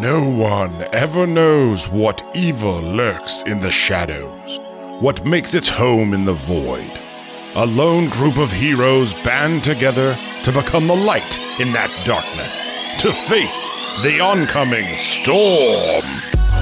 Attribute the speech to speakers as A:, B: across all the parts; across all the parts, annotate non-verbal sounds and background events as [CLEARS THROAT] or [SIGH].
A: No one ever knows what evil lurks in the shadows, what makes its home in the void. A lone group of heroes band together to become the light in that darkness, to face the oncoming storm.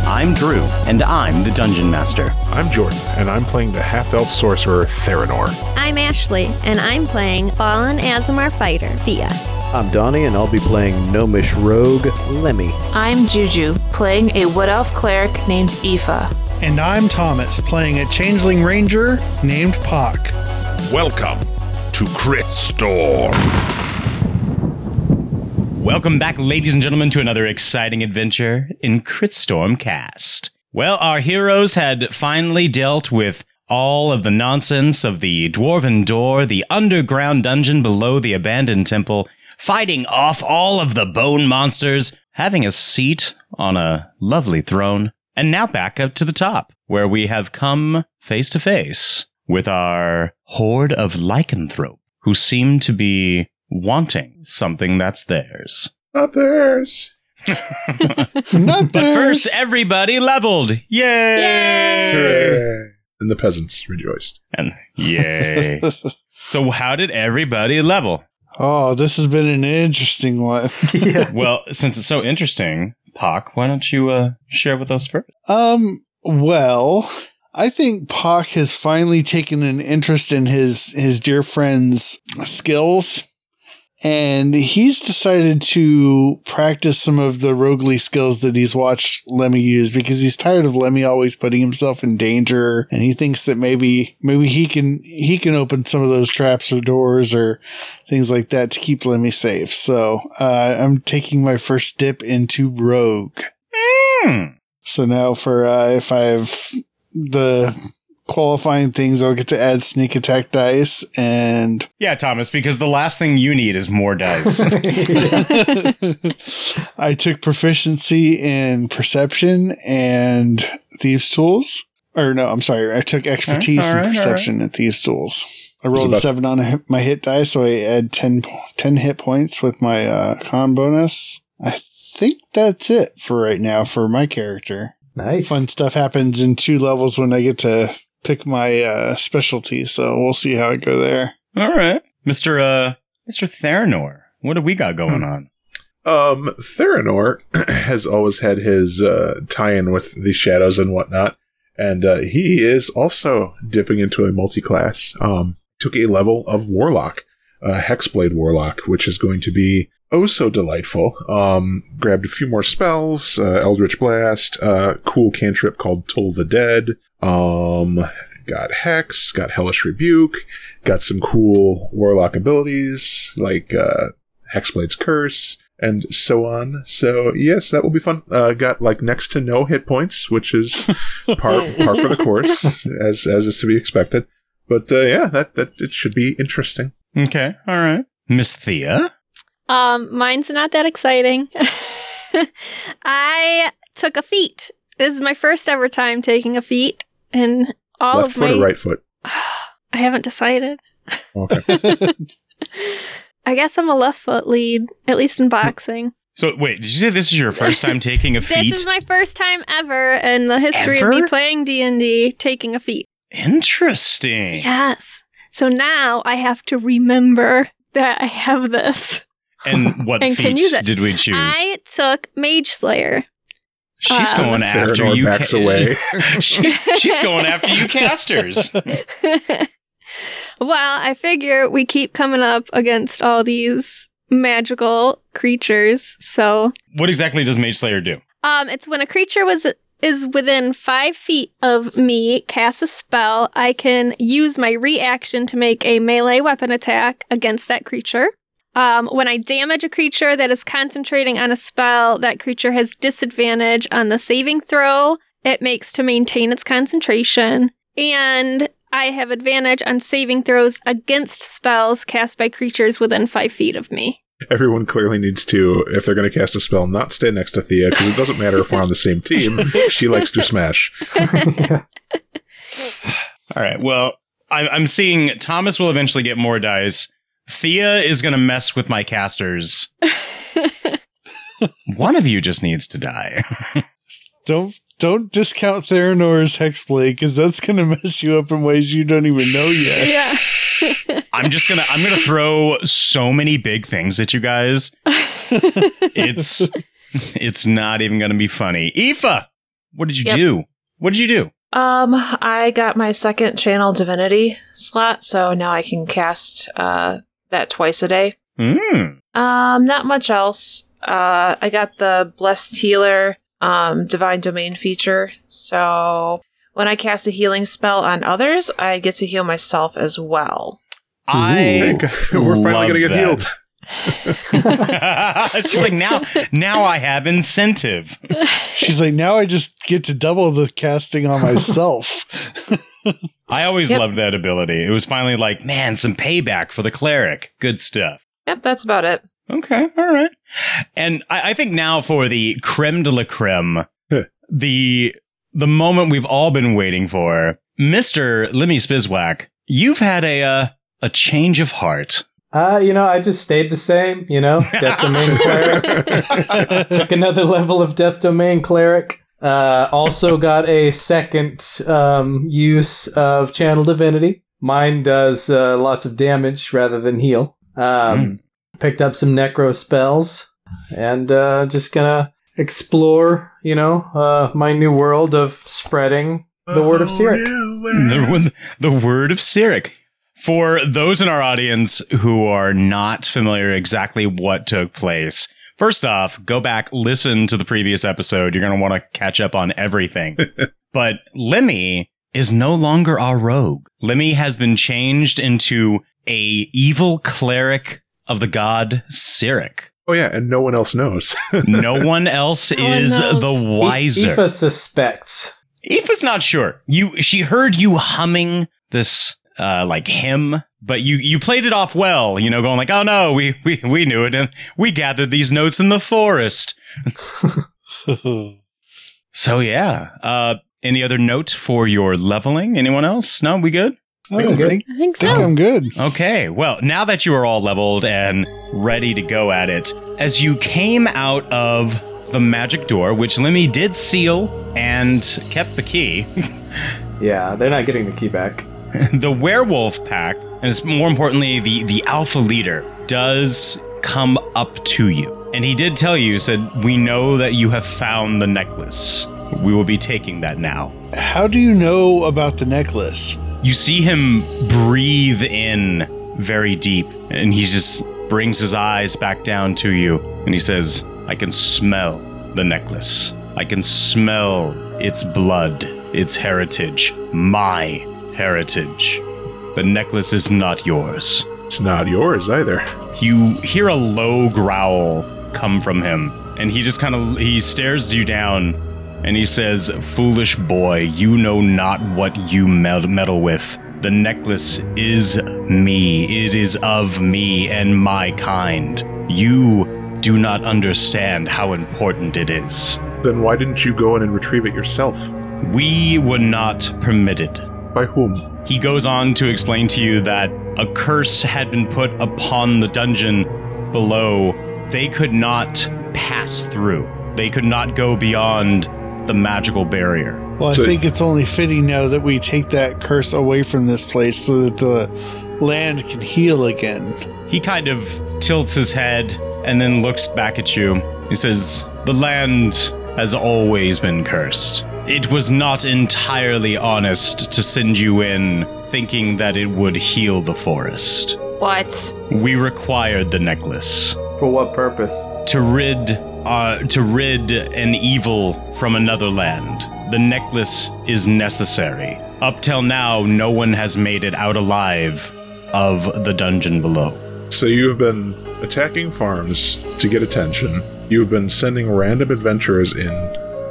B: I'm Drew, and I'm the Dungeon Master.
C: I'm Jordan, and I'm playing the half elf sorcerer Theranor.
D: I'm Ashley, and I'm playing Fallen Azamar Fighter, Thea.
E: I'm Donnie, and I'll be playing Gnomish Rogue Lemmy.
F: I'm Juju, playing a Wood Elf cleric named Aoife.
G: And I'm Thomas, playing a changeling ranger named Pock.
A: Welcome to Crit Storm.
B: Welcome back, ladies and gentlemen, to another exciting adventure in Critstorm Cast. Well, our heroes had finally dealt with all of the nonsense of the Dwarven Door, the underground dungeon below the abandoned temple, fighting off all of the bone monsters, having a seat on a lovely throne, and now back up to the top, where we have come face to face with our horde of lycanthrope, who seem to be wanting something that's theirs.
C: Not theirs.
G: Not
B: But
G: theirs.
B: first, everybody leveled. Yay!
C: And the peasants rejoiced.
B: And yay. so how did everybody level?
G: oh, this has been an interesting one. [LAUGHS]
B: Well, since it's so interesting, Pock, why don't you uh, share with us first?
G: Um, well, I think Pac has finally taken an interest in his his dear friend's skills, and he's decided to practice some of the roguely skills that he's watched Lemmy use because he's tired of Lemmy always putting himself in danger, and he thinks that maybe maybe he can he can open some of those traps or doors or things like that to keep Lemmy safe. So uh, I'm taking my first dip into rogue.
B: Hmm.
G: So now for uh, if I have the qualifying things, I'll get to add sneak attack dice
B: [LAUGHS]
G: and
B: Yeah, Thomas, because the last thing you need is more dice.
G: I took proficiency in perception and thieves tools. Or no, I'm sorry. I took expertise
B: all right, all
G: in
B: right.
G: perception and thieves tools. I rolled a
C: about-
G: seven on a hit- my hit die, so I add 10, po- 10 hit points with my uh, con bonus. I think that's it for right now for my character.
E: Nice.
G: fun stuff happens in two levels when I get to pick my uh, specialty. So we'll see how I go there.
B: All right. Mr. Uh, Mr. Theranor, what do we got going on?
C: Um, Theranor [CLEARS THROAT] has always had his uh, tie-in with the shadows and whatnot, and uh, he is also dipping into a multi-class. Um, took a level of warlock, uh, hexblade warlock, which is going to be oh so delightful. Um, grabbed a few more spells, uh, eldritch blast, uh, cool cantrip called toll the dead. Um, got hex, got hellish rebuke, got some cool warlock abilities like uh, Hexblade's Curse, and so on. So yes, that will be fun. Uh, got like next to no hit points, which
B: [LAUGHS]
C: is par par for the course, as as is to be expected. But uh, yeah, that that it should be interesting.
B: Okay. All right. Miss Thea?
D: Um, mine's not that exciting. [LAUGHS] I took a feat. This is my first ever time taking a feat, and all
C: Left
D: of
C: foot
D: my.
C: or right foot?
D: I haven't decided.
C: Okay.
D: [LAUGHS] I guess I'm a left foot lead, at least in boxing.
B: So, wait, did you say this is your first time taking a feat?
D: This is my first time ever in the history of
B: Ever?
D: me playing D and D taking a feat.
B: Interesting.
D: Yes. So now I have to remember that I have this.
B: And what
D: [LAUGHS] And can
B: feat
D: you use it.
B: did we choose?
D: I took Mage Slayer.
B: she's
D: uh,
B: going after
C: Theranor
B: you.
C: backs
B: ca-
D: [LAUGHS]
C: away.
B: [LAUGHS] she's, she's going after you
C: [LAUGHS]
B: casters.
D: well, I figure we keep coming up against all these magical creatures. So,
B: What exactly does Mage Slayer do?
D: um, it's when a creature was is within five feet of me, cast a spell. I can use my reaction to make a melee weapon attack against that creature. Um, when I damage a creature that is concentrating on a spell, that creature has disadvantage on the saving throw it makes to maintain its concentration. And I have advantage on saving throws against spells cast by creatures within five feet of me.
C: Everyone clearly needs to, if they're going to cast a spell, not stay next to Thea because it doesn't matter if we're on the same
B: [LAUGHS]
C: team. She likes to smash.
B: All right. Well, I'm, I'm seeing Thomas will eventually get
D: [LAUGHS]
B: more dice. Thea is going to mess with my casters. One of you just needs to die.
G: Don't don't discount Theranor's hexblade because that's gonna mess you up in ways you don't even know yet.
D: Yeah.
B: I'm just gonna I'm gonna throw so many big things at you guys. It's it's not even gonna be funny. Aoife, what did you
F: Yep.
B: do? What did you do?
F: Um, I got my second channel divinity slot, so now I can cast uh that twice a day.
B: Mm.
F: Um, not much else. Uh, I got the blessed healer, um, divine domain feature. So when I cast a healing spell on others, I get to heal myself as well.
B: I
C: We're finally going to get
B: Love [LAUGHS]
C: healed.
B: She's like now now I have incentive.
G: She's like, now I just get to double the casting
D: [LAUGHS]
G: on myself. [LAUGHS]
B: I always
F: Yep.
B: loved that ability. It was finally like, man, some payback for the cleric. Good stuff.
F: Yep, that's about it.
B: Okay, all right. And I, I think now for the creme de la creme,
C: Huh.
B: the the moment we've all been waiting for, Mister Lemmy Spizwack, you've had a uh, a change of heart.
H: Uh, you know, I just stayed the same, you know, Death Domain
D: [LAUGHS]
H: Cleric. Took another level of Death Domain Cleric. Uh, also got a second um, use of Channel Divinity. Mine does uh, lots of damage rather than heal. Um, Picked up some Necro spells and uh, just gonna explore, you know, uh, my new world of spreading the word of Sirik.
B: The, one- the word of Sirik. For those in our audience who are not familiar exactly what took place, first off, go back, listen to the previous episode. You're going to want to catch up on everything. but Lemmy is no longer our rogue. Lemmy has been changed into a evil cleric of the god Sirik.
C: Oh, yeah. And no one else knows.
B: No one else
D: No one
B: is
D: knows.
B: the
H: E-,
B: wiser.
H: Aoife suspects.
B: Aoife's not sure. You she heard you humming this uh like hymn, but you you played it off well, you know, going like, "Oh no, we we we knew it and we gathered these notes in the forest." So yeah. Uh any other note for your leveling? Anyone else? No, we good?
G: I don't think,
D: I think
G: think
D: so.
G: I'm good.
B: Okay, well, now that you are all leveled and ready to go at it, as you came out of the magic door, which Lemmy did seal and kept the key,
H: Yeah, they're not getting the key back.
B: [LAUGHS] the werewolf pack, and it's more importantly, the, the alpha leader, does come up to you. And he did tell you, said, We know that you have found the necklace. We will be taking that now.
G: How do you know about the necklace?
B: You see him breathe in very deep, and he just brings his eyes back down to you, and he says, I can smell the necklace. I can smell its blood, its heritage, my heritage. The necklace is not yours.
C: it's not yours either.
B: You hear a low growl come from him, and he just kind of he stares you down, and he says, "Foolish boy, you know not what you med- meddle with. The necklace is me. It is of me and my kind. You do not understand how important it is.
C: Then why didn't you go in and retrieve it yourself?
B: We were not permitted."
C: By whom?
B: He goes on to explain to you that a curse had been put upon the dungeon below. They could not pass through, they could not go beyond the magical barrier.
G: Well,
C: So-
G: I think it's only fitting now that we take that curse away from this place so that the land can heal again.
B: He kind of tilts his head and then looks back at you. He says, The land has always been cursed. It was not entirely honest to send you in thinking that it would heal the forest.
F: What?
B: We required the necklace.
H: For what purpose?
B: to rid uh, to rid an evil from another land. The necklace is necessary. Up till now, no one has made it out alive of the dungeon below.
C: So you've been attacking farms to get attention. You've been sending random adventurers in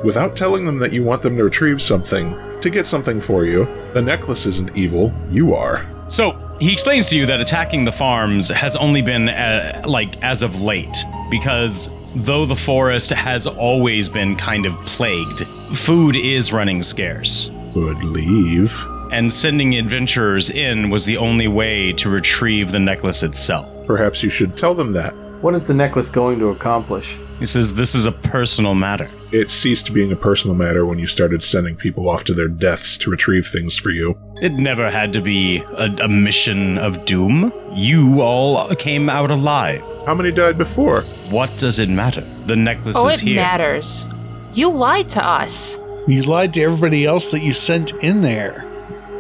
C: without telling them that you want them to retrieve something to get something for you. The necklace isn't evil, you are.
B: So he explains to you that attacking the farms has only been uh, like as of late, because though the forest has always been kind of plagued, food is running scarce.
C: Would leave.
B: And sending adventurers in was the only way to retrieve the necklace itself.
C: Perhaps you should tell them that.
H: What is the necklace going to accomplish?
B: He says this is a personal matter.
C: It ceased being a personal matter when you started sending people off to their deaths to retrieve things for you.
B: It never had to be a, a mission of doom. You all came out alive.
C: How many died before?
B: What does it matter? The necklace
F: oh,
B: is
F: it
B: here.
F: matters. You lied to us.
G: You lied to everybody else that you sent in there.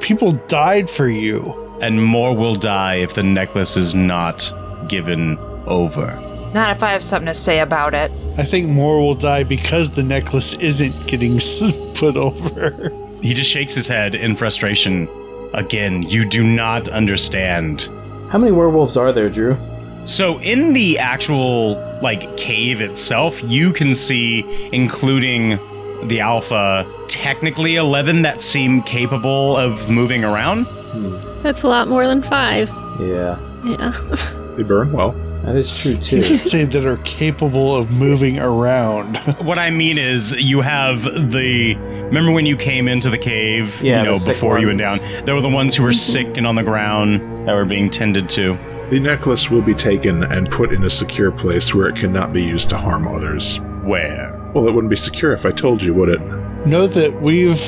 G: People died for you.
B: And more will die if the necklace is not given over.
F: Not if I have something to say about it.
G: I think more will die because the necklace isn't getting [LAUGHS] s- put over.
B: He just shakes his head in frustration. Again, you do not understand.
H: How many werewolves are there, Drew?
B: So in the actual like cave itself, you can see including the alpha technically 11 that seem capable of moving
H: [LAUGHS]
B: around.
D: That's a lot more than five.
H: Yeah,
D: Yeah.
C: They burn well.
H: that is true
G: You
H: too.
G: could say that are capable of moving around. [LAUGHS]
B: What I mean is you have the remember when you came into the cave,
H: Yeah,
B: you know,
H: the sick
B: before you went down.
H: ones.
B: There were the ones
H: [LAUGHS]
B: who were sick and on the ground that were being tended to.
C: The necklace will be taken and put in a secure place where it cannot be used to harm others.
B: Where?
C: Well, it wouldn't be secure if I told you, would it?
G: know that we've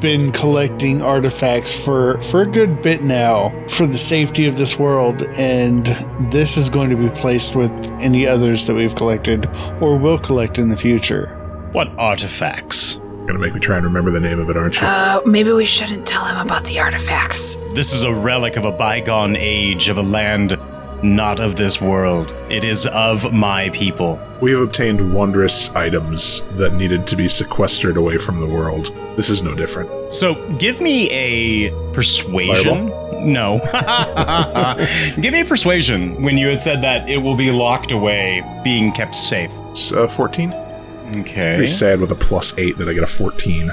G: been collecting artifacts for for a good bit now for the safety of this world and this is going to be placed with any others that we've collected or will collect in the future
B: What artifacts?
C: You're gonna make me try and remember the name of it, aren't you?
F: Uh, maybe we shouldn't tell him about the artifacts.
B: This is a relic of a bygone age, of a land not of this world. It is of my people.
C: We have obtained wondrous items that needed to be sequestered away from the world. This is no different.
B: So give me a persuasion. No. [LAUGHS] give me a persuasion when you had said that it will be locked away, being kept safe.
C: It's, uh, 14?
B: Okay.
C: Pretty sad with a plus 8 that I get a 14.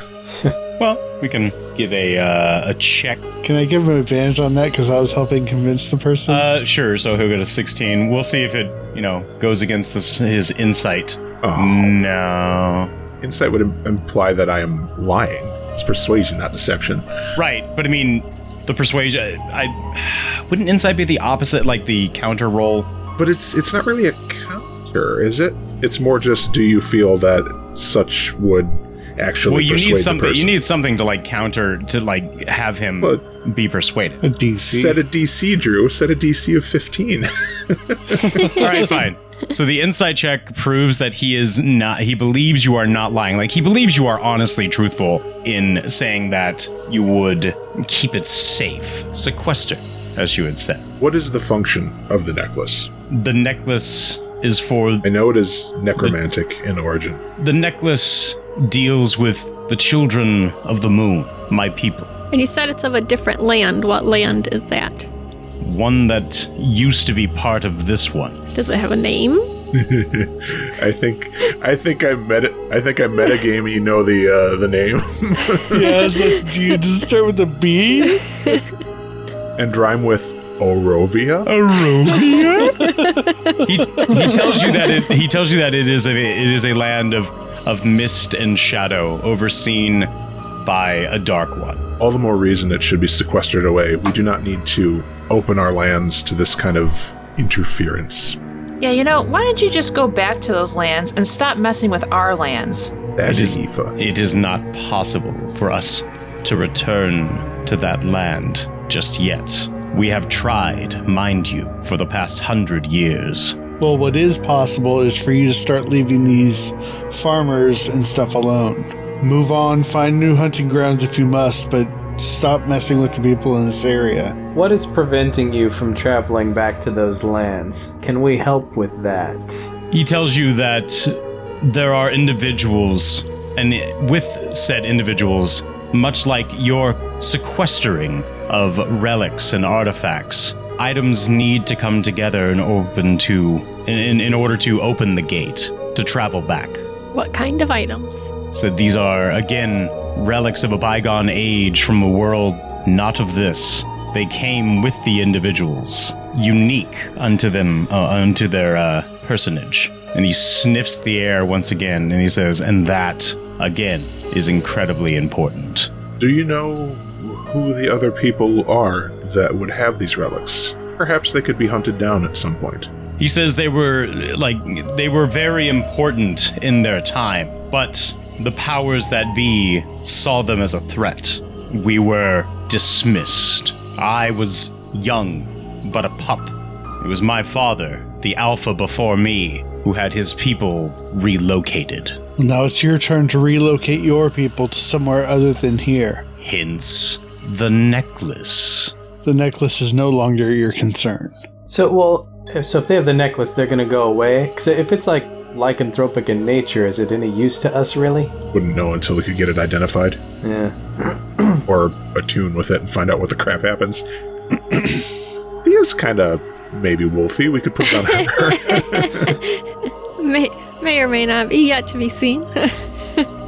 B: Well, we can give a uh, a check.
G: can i give him advantage on that because i was helping convince the person
B: Uh, sure. So he'll get a sixteen. We'll see if it, you know, goes against this, his insight.
C: Oh.
B: No.
C: Insight would Im- imply that I am lying. It's persuasion, not deception.
B: Right, but I mean, the persuasion. I wouldn't insight be the opposite, like the counter roll.
C: But it's it's not really a counter, is it? It's more just do you feel that such would actually
B: well, you
C: persuade
B: need
C: the
B: something.
C: person?
B: You need something to like counter to like have him
C: Well-
B: be persuaded.
G: a dc [LAUGHS]
C: Set a DC, Drew. Set a DC of 15.
B: [LAUGHS] All right, fine. So the insight check proves that he is not. He believes you are not lying. Like he believes you are honestly truthful in saying that you would keep it safe, sequester, as you had said.
C: what is the function of the necklace?
B: The necklace is for
C: I know it is necromantic in origin.
B: The necklace deals with the children of the moon, my people.
D: And you said it's of a different land. What land is that?
B: One that used to be part of this one.
D: Does it have a name?
C: I think I think I meta I think I metagame you know the uh, the name. [LAUGHS]
G: yeah, it's like, do you just start with a b
C: and rhyme with Orovia?
B: Arovia? he, he tells you that it he tells you that it is a it is a land of of mist and shadow overseen by a dark one.
C: All the more reason it should be sequestered away. We do not need to open our lands to this kind of interference.
F: Yeah, you know, why don't you just go back to those lands and stop messing with our lands?
C: That
B: It
C: is
B: is-
C: Aoife.
B: It is not possible for us to return to that land just yet. We have tried, mind you, for the past hundred years.
G: well what is possible is for you to start leaving these farmers and stuff alone move on find new hunting grounds if you must but stop messing with the people in this area
H: What is preventing you from traveling back to those lands? Can we help with that?
B: He tells you that there are individuals, and with said individuals, much like your sequestering of relics and artifacts, items need to come together in open to in, in order to open the gate to travel back.
D: What kind of items?
B: So these are again relics of a bygone age from a world not of this. They came with the individuals, unique unto them, uh, unto their uh, personage. And he sniffs the air once again, and he says, "And that again is incredibly important."
C: Do you know who the other people are that would have these relics? Perhaps they could be hunted down at some point.
B: He says they were like they were very important in their time, but the powers that be saw them as a threat. We were dismissed. I was young, but a pup. It was my father, the alpha before me, who had his people relocated.
G: Now it's your turn to relocate your people to somewhere other than here.
B: Hence the necklace.
G: The necklace is no longer your concern.
H: So, well, if- so if they have the necklace, they're gonna go away. Because if it's like lycanthropic in nature, is it any use to us, really?
C: Wouldn't know until we could get it identified
H: Yeah.
C: or attune with it and find out what the crap happens. [CLEARS THROAT] Thea's kind of maybe wolfy. We could put it on her.
D: may, may or may not be yet to be seen. [LAUGHS]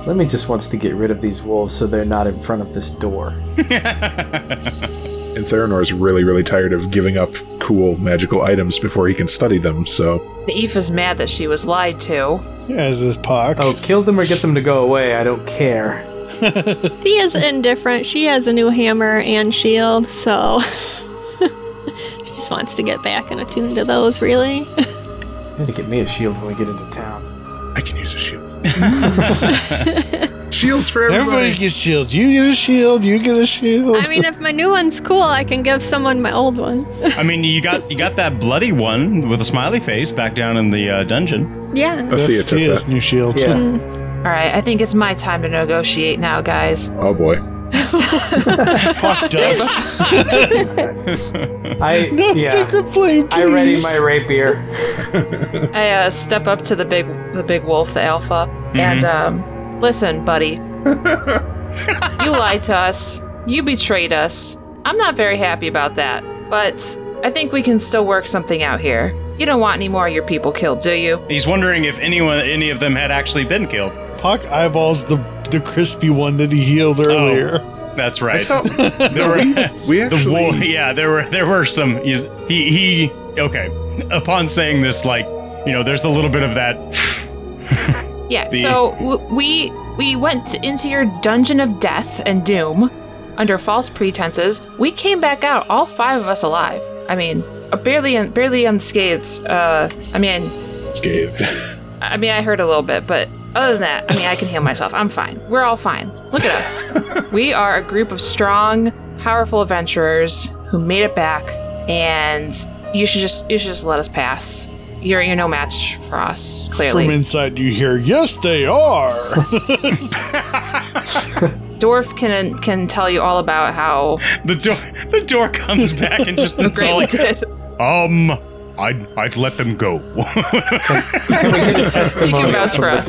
H: Lemmy just wants to get rid of these wolves so they're not in front of this door.
C: and Theranor's really, really tired of giving up cool magical items before he can study them. So
F: Naif is mad that she was lied to.
G: As is Pock.
H: Oh, kill them or get them to go away. I don't care.
D: Thea's indifferent. She has a new hammer and shield, so [LAUGHS] she just wants to get back and attune to those, really.
H: I need to get me a shield when we get into town.
C: I can use a shield. Shields for
G: Everybody
C: everybody.
G: gets shields. You get a shield. You get a shield.
D: I mean, if my new one's cool, I can give someone my old one.
B: I mean, you got you got that bloody one with a smiley face back down in the uh, dungeon.
D: Yeah.
C: Oh, Thea
G: That's
C: took
G: Thea's
C: that.
G: new shield.
H: Yeah. [LAUGHS]
F: All right, I think it's my time to negotiate now, guys. [LAUGHS]
C: Oh boy.
G: [LAUGHS] Pock ducks.
H: I
G: No
H: yeah.
G: secret flame,
H: I
G: please.
H: ready my [LAUGHS] rapier.
F: I uh, step up to the big, the big wolf, the alpha, and um, listen, buddy. you lied to us. You betrayed us. I'm not very happy about that, but I think we can still work something out here. You don't want any more of your people killed, do you?
B: He's wondering if anyone, any of them, had actually been killed.
G: Pock eyeballs the the crispy one that he healed earlier.
B: That's right.
C: thought-
B: there [LAUGHS] were
C: we
B: the war,
C: actually.
B: yeah, there were there were some. he's- He he. Okay. Upon saying this, like you know, there's a little bit of that.
F: Yeah.
B: The-
F: So w- we we went into your dungeon of death and doom under false pretenses. We came back out, all five of us alive. I mean, uh, barely un- barely unscathed. Uh, I mean,
C: Scathed.
F: I mean, I heard a little bit, but other than that, I mean, I can heal myself. I'm fine. We're all fine. Look at us. we are a group of strong, powerful adventurers who made it back, and you should just you should just let us pass. You're you're no match for us, clearly.
G: From inside, you hear, "Yes, they are."
B: [LAUGHS]
F: Dwarf can can tell you all about how
B: The door the door comes back and just it's
F: great
B: all
F: we [LAUGHS]
B: like,
F: did.
B: um, I'd I'd let them go. [LAUGHS]
H: Can we [LAUGHS] get a testimony
F: vouch
H: from
F: for
H: the
F: us.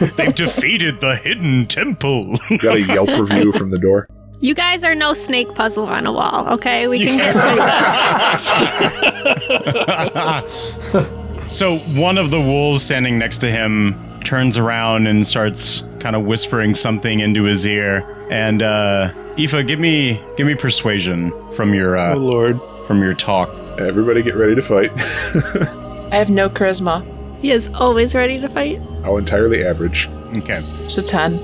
H: door?
B: They've defeated the hidden temple.
C: Got a Yelp review from the door.
D: You guys are no snake puzzle on a wall, okay? We can get through this.
B: [LAUGHS] so one of the wolves standing next to him turns around and starts kind of whispering something into his ear. And uh, Aoife, give me give me persuasion from your
G: oh
B: uh,
G: Lord,
B: from your talk.
C: Everybody get ready to fight. [LAUGHS]
F: I have no charisma.
D: He is always ready to fight.
C: How entirely average.
B: Okay.
F: It's a ten.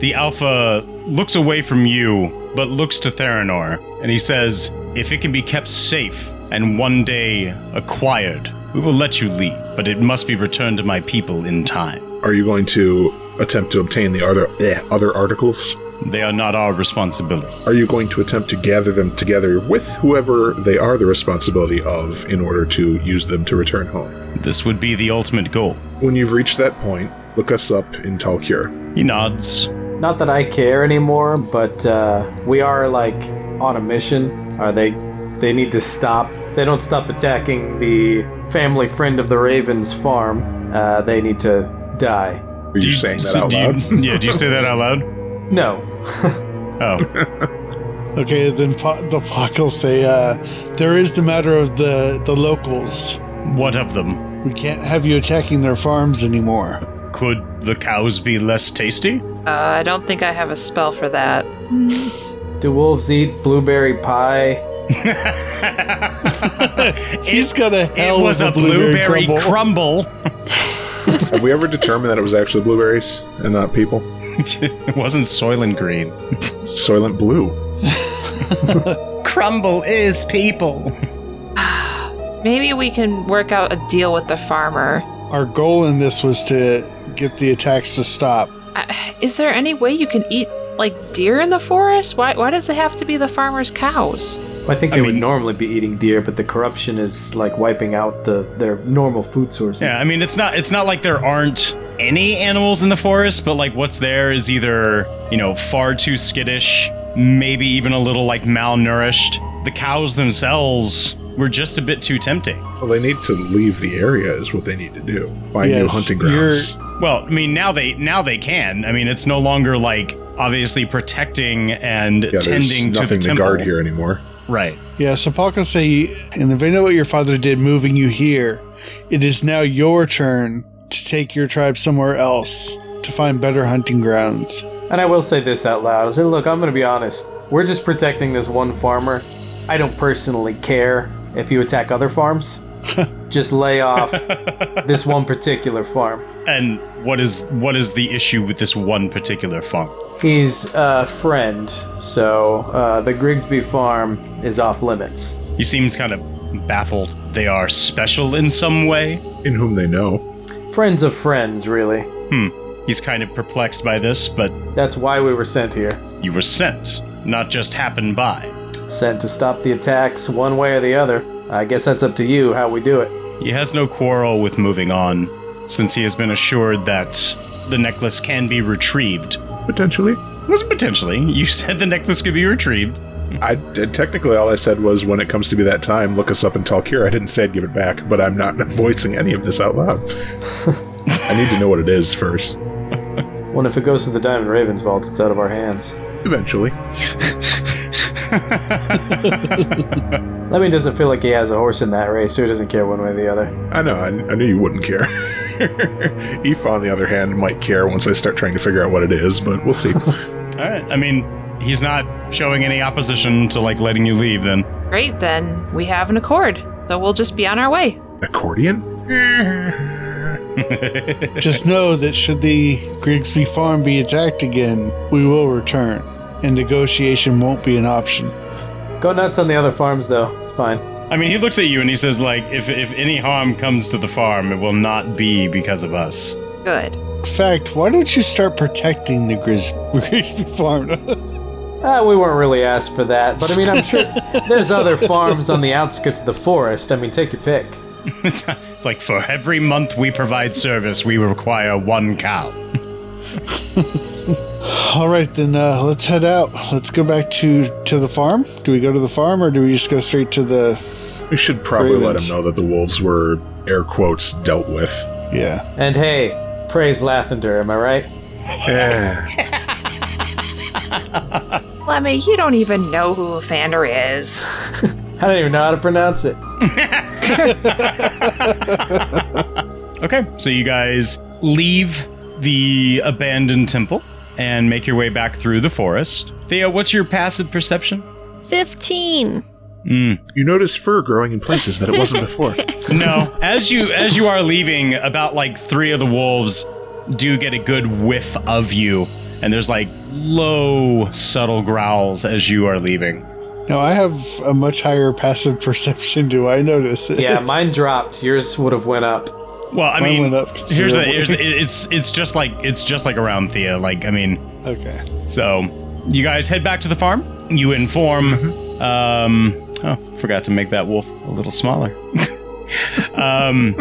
B: The alpha looks away from you, but looks to Theranor, and he says, If it can be kept safe and one day acquired, we will let you leave, but it must be returned to my people in time.
C: Are you going to attempt to obtain the other eh, other articles?
B: They are not our responsibility.
C: Are you going to attempt to gather them together with whoever they are the responsibility of in order to use them to return home?
B: This would be the ultimate goal.
C: When you've reached that point, look us up in Talcure.
B: He nods.
H: Not that I care anymore, but uh, we are like on a mission. Are they? They need to stop. They don't stop attacking the family friend of the Ravens farm. Uh, they need to die.
C: Are you saying that out
B: do you-
C: loud?
B: [LAUGHS] yeah, do you say that out
C: [LAUGHS]
B: loud?
H: No,
B: Oh,
G: Okay, then po- the Pock will say, uh, "There is the matter of the the locals.
B: what of them?
G: We can't have you attacking their farms anymore."
B: Could the cows be less tasty? [LAUGHS]
F: Uh, I don't think I have a spell for that.
H: do wolves eat blueberry pie?
G: He's
B: It-
G: got a
B: It
G: hell
B: was
G: of
B: a blueberry, crumble. [LAUGHS]
C: Have we ever determined that it was actually blueberries and not people?
B: it wasn't Soylent Green.
C: Soylent Blue.
B: Crumble is people.
F: Maybe we can work out a deal with the farmer.
G: Our goal in this was to get the attacks to stop.
F: I- Is there any way you can eat like deer in the forest? Why why does it have to be the farmer's cows?
H: Well, I think
B: I
H: they would
B: mean-
H: normally be eating deer, but the corruption is like wiping out the their normal food sources.
B: Yeah, I mean it's not it's not like there aren't any animals in the forest, but like what's there is either, you know, far too skittish, maybe even a little like malnourished. The cows themselves were just a bit too tempting.
C: Well, they need to leave the area, is what they need to do. Find new
G: Yes,
C: hunting
G: you're-
C: grounds.
B: Well, I mean now they now they can. I mean it's no longer like obviously protecting and
C: Yeah, there's
B: tending to the
C: nothing to,
B: temple.
C: guard here anymore.
B: Right.
G: Yeah, so Paul can say, in the vein of what your father did moving you here, it is now your turn to take your tribe somewhere else to find better hunting grounds.
H: And I will say this out loud. I say, look, I'm going to be honest. We're just protecting this one farmer. I don't personally care if you attack other farms. just lay off this one particular farm.
B: And what is what is the issue with this one particular farm?
H: He's a friend, so uh, the Grigsby farm is off limits.
B: He seems kind of baffled. They are special in some way.
C: In whom they know.
H: Friends of friends, really.
B: Hmm, He's kind of perplexed by this, but
H: That's why we were sent here.
B: you were sent, not just happened by.
H: Sent to stop the attacks one way or the other. I guess that's up to you how we do it.
B: He has no quarrel with moving on, since he has been assured that the necklace can be retrieved.
C: Potentially.
B: Was potentially. [LAUGHS] You said the necklace could be retrieved.
C: I and technically all I said was when it comes to be that time, look us up and talk here. I didn't say I'd give it back, but I'm not [LAUGHS] voicing any of this out loud. I need to know what it is first.
H: Well, if it goes to the Diamond Ravens vault, it's out of our hands.
C: Eventually.
H: I mean, doesn't feel like he has a horse in that race, so he doesn't care one way or the other.
C: I know, I, I knew you wouldn't care. [LAUGHS] Aoife, on the other hand, might care once I start trying to figure out what it is, but we'll see.
B: All right. I mean, he's not showing any opposition to like letting you leave. Then
F: Great, then we have an accord. So we'll just be on our way.
C: Accordion?
G: Just know that should the Grigsby farm be attacked again, we will return, and negotiation won't be an option.
H: Go nuts on the other farms, though. It's fine.
B: I mean, he looks at you and he says, like, if if any harm comes to the farm, it will not be because of us. [LAUGHS]
F: Good.
G: In fact, why don't you start protecting the Gris- [LAUGHS] Grigsby farm? [LAUGHS]
H: Uh, we weren't really asked for that, but I mean, I'm sure there's other farms on the outskirts of the forest. I mean, take your pick.
B: it's, it's like for every month we provide service, we require one cow.
G: All right, then uh, let's head out. Let's go back to to the farm. Do we go to the farm or do we just go straight to the?
C: We should probably let
G: Ravens.
C: him know that the wolves were, air quotes, dealt with.
G: Yeah.
H: And hey, praise Lathander, am I right?
C: Eh,
F: Lemmy, you don't even know who Thander is.
H: I don't even know how to pronounce it.
B: Okay, so you guys leave the abandoned temple and make your way back through the forest. Thea, what's your passive perception?
D: 15.
B: Mm.
C: you notice fur growing in places that it wasn't
F: [LAUGHS]
C: before.
B: No, as you as you are leaving, about like three of the wolves do get a good whiff of you, and there's like low, subtle growls as you are leaving.
G: Now I have a much higher passive [LAUGHS] perception. Do I notice it?
H: Yeah,
G: [LAUGHS]
H: mine dropped. Yours would have went up.
B: Well, I
G: Mine
B: mean,
G: went up
B: here's the,
G: considerably.
B: here's the, it's it's just like it's just like around Thea. Like I mean,
G: Okay.
B: So you guys head back to the farm. You inform. Um, oh, forgot to make that wolf a little smaller. [LAUGHS] um,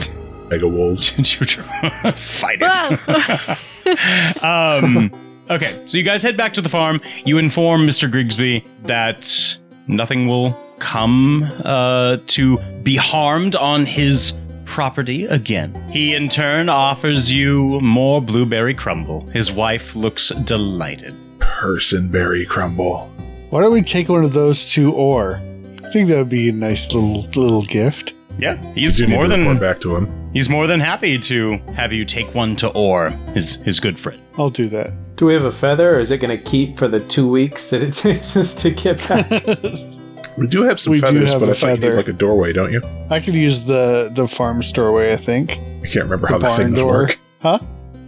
B: [LAUGHS]
C: Mega wolves.
B: you try- fight it. [LAUGHS]
D: Whoa.
B: um, okay, so you guys head back to the farm. You inform Mr. Grigsby that nothing will come uh, to be harmed on his property again. He, in turn, offers you more blueberry crumble. His wife looks delighted.
C: Personberry crumble.
G: Why don't we take one of those two? Or I think that would be a nice little little gift.
B: Yeah, he's
C: You do need
B: more
C: to
B: than
C: report back to him.
B: He's more than happy to have you take one to Orr, his his good friend.
G: I'll do that. [LAUGHS]
H: Do we have a feather, or is it going to keep for the two weeks that it [LAUGHS] takes us to get back?
C: We do have some
G: We do
C: feathers,
G: have
C: but
G: a
C: I thought you
G: feather.
C: need like a doorway, don't you?
G: I could use the the farm doorway. I think.
C: I can't remember how the
G: The barn
C: things
G: door.
C: work.
G: Huh?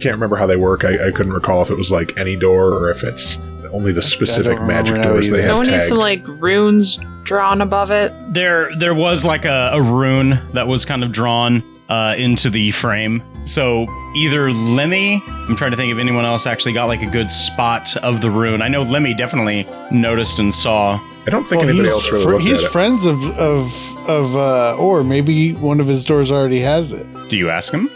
C: Can't remember how they work. I, I couldn't recall if it was like any door or if it's only the specific
G: remember
C: magic
G: now
C: doors they
G: either.
C: have
F: Don't we need
C: tagged.
F: some like runes drawn above it.
B: There, there was like a, a rune that was kind of drawn uh, into the frame. So either Lemmy, I'm trying to think if anyone else actually got like a good spot of the rune. I know Lemmy definitely noticed and saw.
C: I don't think
G: Well,
C: anybody
G: he's
C: else really
G: fr-
C: looked
G: he's
C: at it.
G: friends of of of uh, or maybe one of his doors already has it.
B: Do you ask him?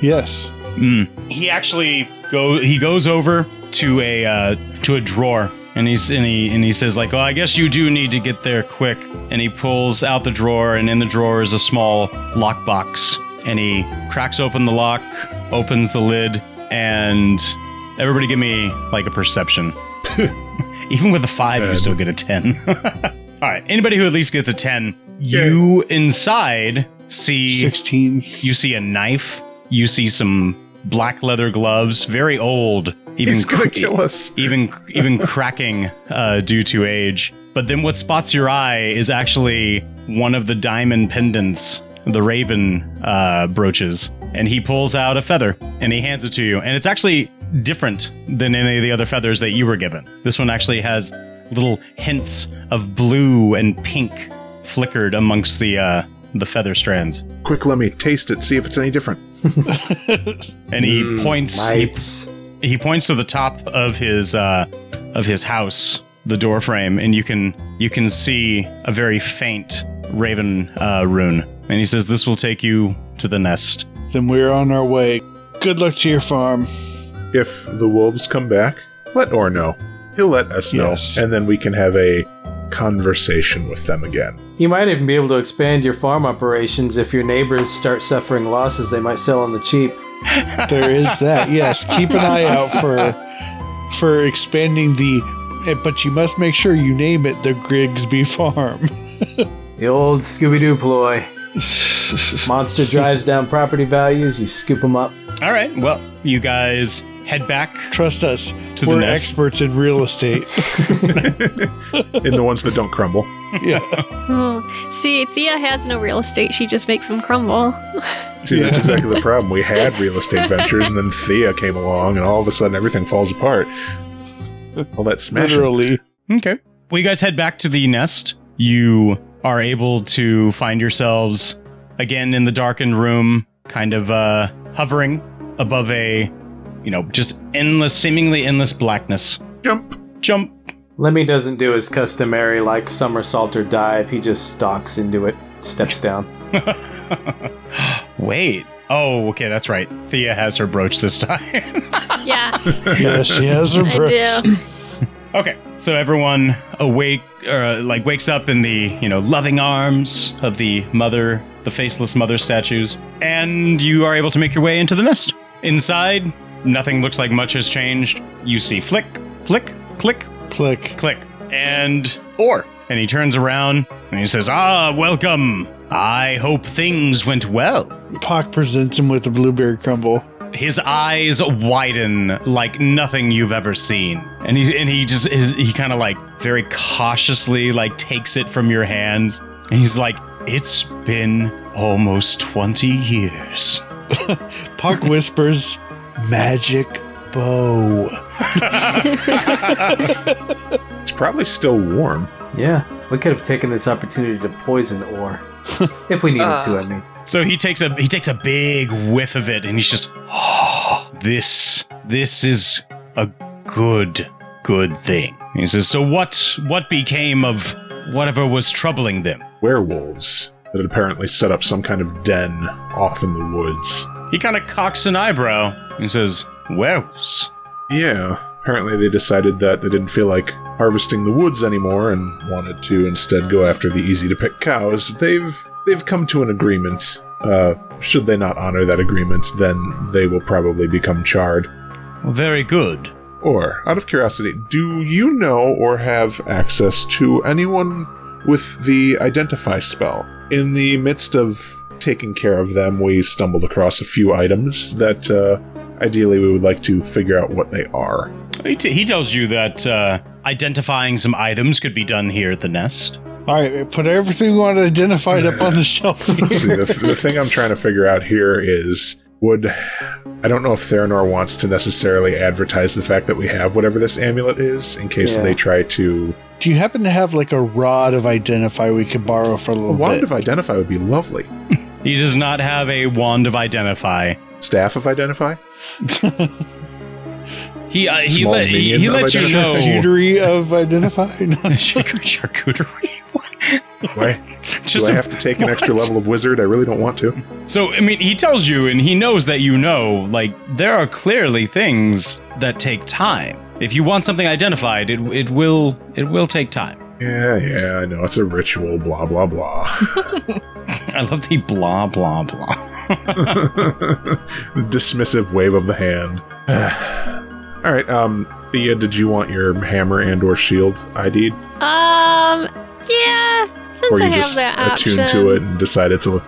G: Yes.
B: Mm. He actually go. He goes over to a uh, to a drawer, and he's and he and he says like, "Well, I guess you do need to get there quick." And he pulls out the drawer, and in the drawer is a small lockbox. And he cracks open the lock, opens the lid, and everybody give me like a perception. Even with a five, you
C: Bad.
B: still get a ten. [LAUGHS] All right, anybody who at least gets a ten, you inside see
G: Sixteen.
B: you see a knife. You see some black leather gloves, very old, even
C: He's gonna
B: cra-
C: kill us.
B: even
C: [LAUGHS]
B: even cracking uh, due to age. But then what spots your eye is actually one of the diamond pendants, the raven uh, brooches, and he pulls out a feather and he hands it to you, and it's actually different than any of the other feathers that you were given. This one actually has little hints of blue and pink flickered amongst the uh, the feather strands.
C: Quick, let me taste it. See if it's any different.
B: and he
H: Mm,
B: points he,
H: Lights.
B: he points to the top of his uh of his house the door frame and you can you can see a very faint raven uh rune and he says this will take you to the nest
G: Then we're on our way. Good luck to your farm.
C: If the wolves come back, let Or know. He'll let us know,
G: Yes.
C: and then we can have a conversation with them again.
H: You might even be able to expand your farm operations if your neighbors start suffering losses. They might sell on the cheap.
G: There
B: [LAUGHS]
G: is that. Yes. Keep an eye out for for expanding the. eh, But you must make sure you name it the Grigsby Farm. [LAUGHS]
H: The old Scooby Doo ploy. Monster drives down property values. You scoop them up.
B: all right well you guys head back
G: Trust us.
B: To the
G: we're
B: nest.
G: experts in real estate.
C: In the ones that don't
G: [LAUGHS]
C: crumble.
G: yeah.
D: Oh, see, Thea has no real estate. She just makes them crumble.
C: See, that's exactly the problem. We had real estate ventures, and then Thea came along, and all of a sudden everything falls apart. All that smashing. [LAUGHS]
G: Literally.
B: okay well you guys head back to the nest you are able to find yourselves again in the darkened room kind of uh hovering above a you know just endless seemingly endless blackness
C: Jump.
B: jump
H: Lemmy doesn't do his customary like somersault or dive. He just stalks into it, steps down.
B: Wait. Oh, okay, that's right. Thea has her brooch this [LAUGHS] time.
D: Yeah,
G: Yeah, she has her
D: I
G: brooch.
D: do.
B: okay, so everyone awake, uh, like wakes up in the you know loving arms of the mother, the faceless mother statues, and you are able to make your way into the nest. Inside, nothing looks like much has changed. You see flick, flick, click,
G: Click.
B: click, and or. And he turns around and he says, "Ah, welcome. I hope things went well."
G: Pock presents him with a blueberry crumble.
B: His eyes widen like nothing you've ever seen, and he and he just his, he kind of like very cautiously like takes it from your hands, and he's like, "It's been almost twenty years." [LAUGHS]
G: Puck whispers, "Magic bow."
C: It's probably still warm.
H: Yeah, we could have taken this opportunity to poison Or, if we needed to. I mean,
B: so he takes a he takes a big whiff of it, and he's just, "Oh, this this is a good good thing." He says, "So what what became of whatever was troubling them?"
C: Werewolves that had apparently set up some kind of den off in the woods.
B: He kind of cocks an eyebrow and says, Wells.
C: Yeah, apparently they decided that they didn't feel like harvesting the woods anymore and wanted to instead go after the easy to pick cows. They've they've come to an agreement. Uh, should they not honor that agreement, then they will probably become charred.
B: Very good.
C: Or, out of curiosity, do you know or have access to anyone with the identify spell? In the midst of taking care of them, we stumbled across a few items that uh, ideally we would like to figure out what they are.
B: He, t- he tells you that uh, identifying some items could be done here at the nest.
G: All right, put everything we want identified up on the shelf.
C: See, the, the thing I'm trying to figure out here is would I don't know if Theranor wants to necessarily advertise the fact that we have whatever this amulet is in case
E: Yeah.
C: they try to
G: Do you happen to have like a rod of identify we could borrow for a
C: a
G: little
C: wand
G: bit?
C: of identify would be lovely.
B: He does not have a wand of identify.
C: Staff of identify?
B: He uh, he,
C: Small
B: let, he,
C: minion
B: he
C: of
B: lets you know.
C: [LAUGHS]
B: [LAUGHS]
G: Charcuterie of identify? No.
B: Charcuterie. [LAUGHS]
C: Why do
B: Just
C: I
B: a-
C: have to take an extra
B: what?
C: level of wizard? I really don't want to.
B: So, I mean, he tells you and he knows that you know, like, there are clearly things that take time. If you want something identified, it, it will it will take time. [LAUGHS]
C: Yeah, yeah, I know it's a ritual, blah blah blah. [LAUGHS]
B: I love the blah blah [LAUGHS] blah.
C: the dismissive wave of the hand. [SIGHS] All right, um, Thea, did you want your hammer and/or shield ID'd,
D: Um, yeah, since
C: or
D: I
C: you
D: have
C: just
D: that option.
C: attuned to it and decide it's a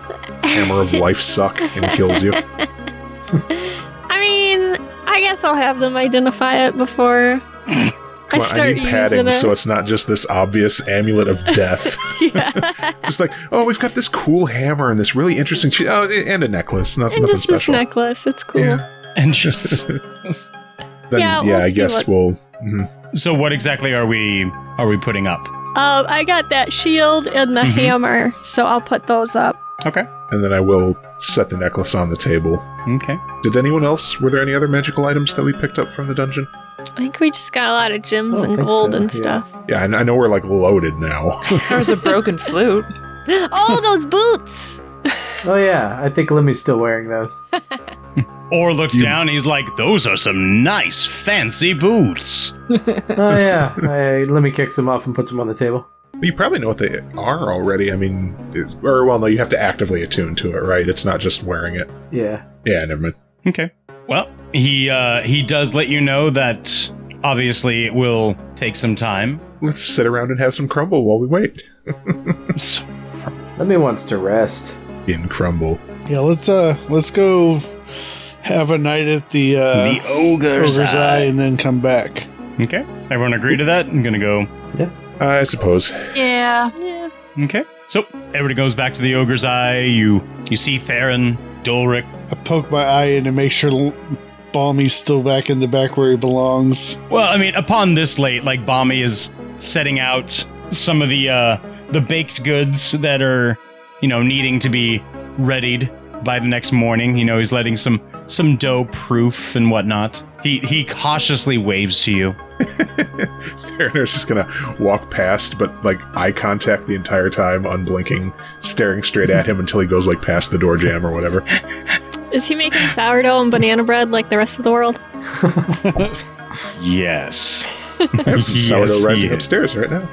C: hammer of life suck and kills
D: [LAUGHS]
C: you?
D: I mean, I guess I'll have them identify it before I
C: Come on,
D: start
C: I need padding,
D: using it. [LAUGHS]
C: so it's not just this obvious amulet of death.
D: yeah.
C: just like, oh, we've got this cool hammer and this really interesting, shi- oh, and a necklace, not,
D: [LAUGHS]
C: [LAUGHS]
D: and
C: nothing
D: just this
C: special.
D: necklace. It's cool.
C: Yeah.
B: and just
C: Then, yeah,
D: Yeah, we'll
C: I
D: see
C: guess
D: what-
C: we'll. mhm.
B: so, what exactly are we are we putting up?
D: Um, I got that shield and the
B: Mhm.
C: Mm-hmm.
D: hammer, so I'll put those up.
B: Okay,
C: And then I will set the necklace on the table.
B: okay.
C: Did anyone else? Were there any other magical items that we picked up from the dungeon?
D: I think we just got a lot of gems
H: I don't
D: and
H: think
D: gold
H: so,
D: and
H: yeah.
D: stuff. [GASPS]
C: Yeah, I I know we're like loaded now. [LAUGHS]
F: There was a broken [LAUGHS] flute.
D: oh, those boots!
H: Oh yeah, I think Limmy's still wearing those.
B: Or looks
C: You-
B: down, he's like, "Those are some nice fancy boots."
H: Oh yeah, I, Lemmy kicks them off and puts them on the table.
C: you probably know what they are already. I mean, it's, or well, no, you have to actively attune to it, right? It's not just wearing it.
H: Yeah.
C: Yeah, never mind.
B: Okay. Well, he uh, he does let you know that obviously it will take some time. [LAUGHS]
C: Let's sit around and have some crumble while we wait.
B: So-
H: Lemmy wants to rest.
C: In crumble,
G: Yeah, let's uh let's go have a night at the uh
B: The ogre's eye.
G: and then come back.
B: Okay. Everyone agree to that? I'm gonna go.
C: I suppose. [LAUGHS]
F: Yeah.
D: Yeah.
B: Okay. So everybody goes back to the ogre's eye. You you see Theron, Dulric.
G: I poke my eye in to make sure L- Balmy's still back in the back where he belongs.
B: Well, I mean, upon this late, like Bommy is setting out some of the uh, the baked goods that are, you know, needing to be readied by the next morning. You know, he's letting some some dough proof and whatnot. He he cautiously waves to you.
C: Theranor's just gonna walk past, but like eye contact the entire time, unblinking, staring straight at him until he goes like past the door jam or whatever.
D: Is he making sourdough and banana bread like the rest of the world?
B: [LAUGHS] Yes.
C: I have some
B: Yes,
C: sourdough
B: he
C: rising
B: is.
C: upstairs right now.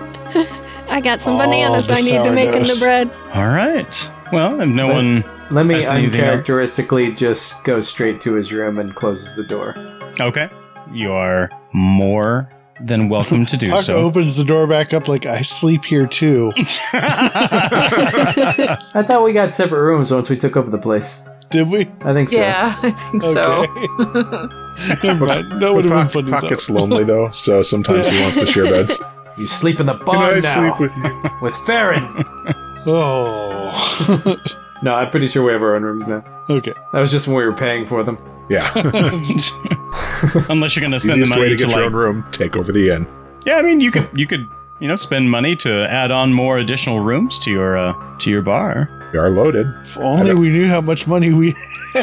D: I got some
G: Oh,
D: bananas
G: the
D: I need to make in the
G: sourdoughs.
D: bread.
B: All right. Well, if no
H: Let-
B: one.
H: Lemmy
B: Rest anything up?
H: uncharacteristically just goes straight to his room and closes the door.
B: Okay. You are more than welcome to do
G: Puck
B: so. [LAUGHS]
G: opens the door back up like I sleep here too. [LAUGHS]
H: I thought we got separate rooms once we took over the place.
G: Did we?
H: I think so.
F: Yeah, [LAUGHS] I think so.
G: Never mind. That would have been funny. though.
C: Pocket's lonely though, so sometimes he wants to share beds.
H: You sleep in the
C: Can I
H: barn now
C: sleep with you?
H: with Farron.
C: [LAUGHS]
G: Oh.
H: no, I'm pretty sure we have our own rooms now.
G: okay.
H: That was just when we were paying for them.
C: Yeah.
B: Unless you're going to spend the
C: Easiest way
B: money to,
C: to get your
B: like
C: own room, take over the inn.
B: Yeah, I mean, you could you could you know spend money to add on more additional rooms to your uh, to your bar
C: We are loaded.
G: If only we knew how much money we. [LAUGHS]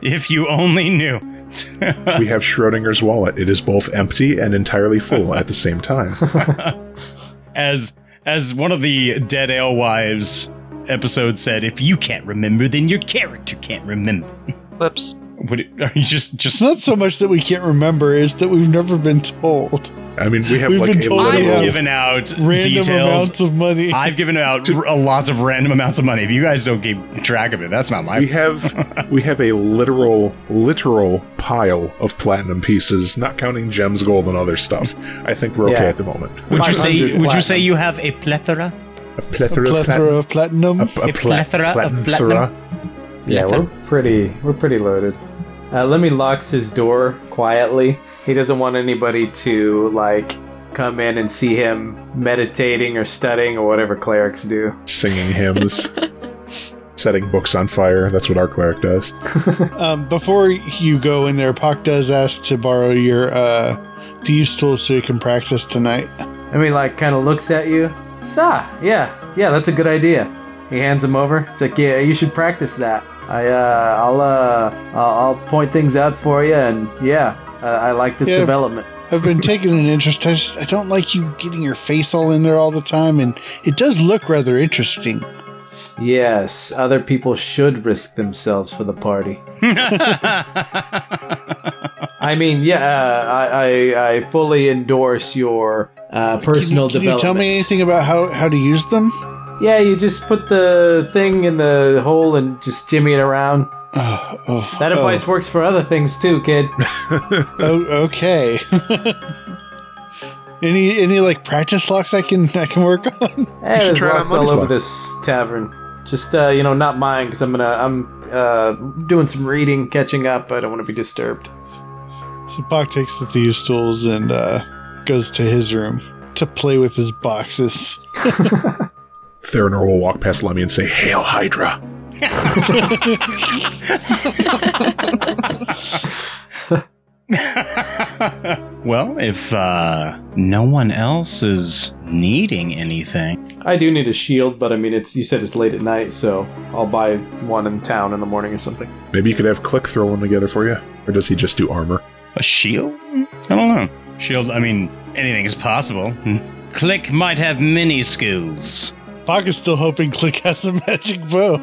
B: if you only knew.
C: We have Schrodinger's wallet. It is both empty and entirely full at the same time.
B: as as one of the Dead Alewives episode said, if you can't remember, then your character can't remember.
F: Whoops.
B: What it- are you just
G: It's
B: just?
G: not so much that we can't remember; it's that we've never been told
C: I mean, we have
G: We've
C: like
G: been
C: a
G: told
B: I've
G: we have
C: little.
B: given out
G: random
B: details.
G: amounts of money.
B: I've given out r- lots of random amounts of money. If you guys don't keep track of it, that's not
C: We
B: my.
C: have we have a literal literal pile of platinum pieces, not counting gems, gold, and other stuff. I think we're okay
H: Yeah.
C: at the moment.
B: Would you say?
H: 500
B: Would you say
H: platinum.
B: you have a plethora?
C: A plethora,
G: plethora
C: of
G: of platinum.
C: platinum. A,
B: A plethora of platinum.
H: Yeah, we're pretty we're pretty loaded. Uh, Lemmy locks his door quietly. He doesn't want anybody to like come in and see him meditating or studying or whatever clerics do.
C: Singing hymns. setting books on fire. That's what our cleric does.
G: Um, before you go in there, Pac does ask to borrow your uh, thieves' tools so you can practice tonight.
H: And he like kind of looks at you. Says, ah, yeah, yeah, that's a good idea. He hands him over. He's like, yeah, you should practice that. I, uh, I'll, uh, I'll, I'll point things out for you, and yeah, uh, I like this
G: Yeah.
H: development.
C: [LAUGHS]
G: I've been taking an interest. I just I don't like you getting your face all in there all the time, and it does look rather interesting.
H: Yes, other people should risk themselves for the party. I mean, yeah, uh, I, I, I fully endorse your uh, personal
G: can you, can
H: development.
G: you tell me anything about how how to use them?
H: Yeah, you just put the thing in the hole and just jimmy it around.
G: Oh, oh,
H: That advice works for other things too, kid.
G: Oh, oh, okay. [LAUGHS] any any like practice locks I can I can work on? [LAUGHS]
H: Hey,
C: should
H: there's
C: try it on
H: rocks all
C: Money's
H: over
C: Luck.
H: this tavern. Just uh, you know, not mine because I'm gonna I'm uh, doing some reading, catching up. I don't want to be disturbed.
G: So Bach takes the thieves' tools and uh, goes to his room to play with his boxes.
C: Theranor will walk past Lemmy and say, Hail Hydra.
B: [LAUGHS] well, if uh, no one else is needing anything,
H: I do need a shield, but I mean, it's you said it's late at night, so I'll buy one in town in the morning or something.
C: Maybe you could have Click throw one together for you. Or does he just do armor?
B: a shield? I don't know. Shield, I mean, anything is possible. Hmm. Click might have many skills.
G: Bach is still hoping Click has a magic bow.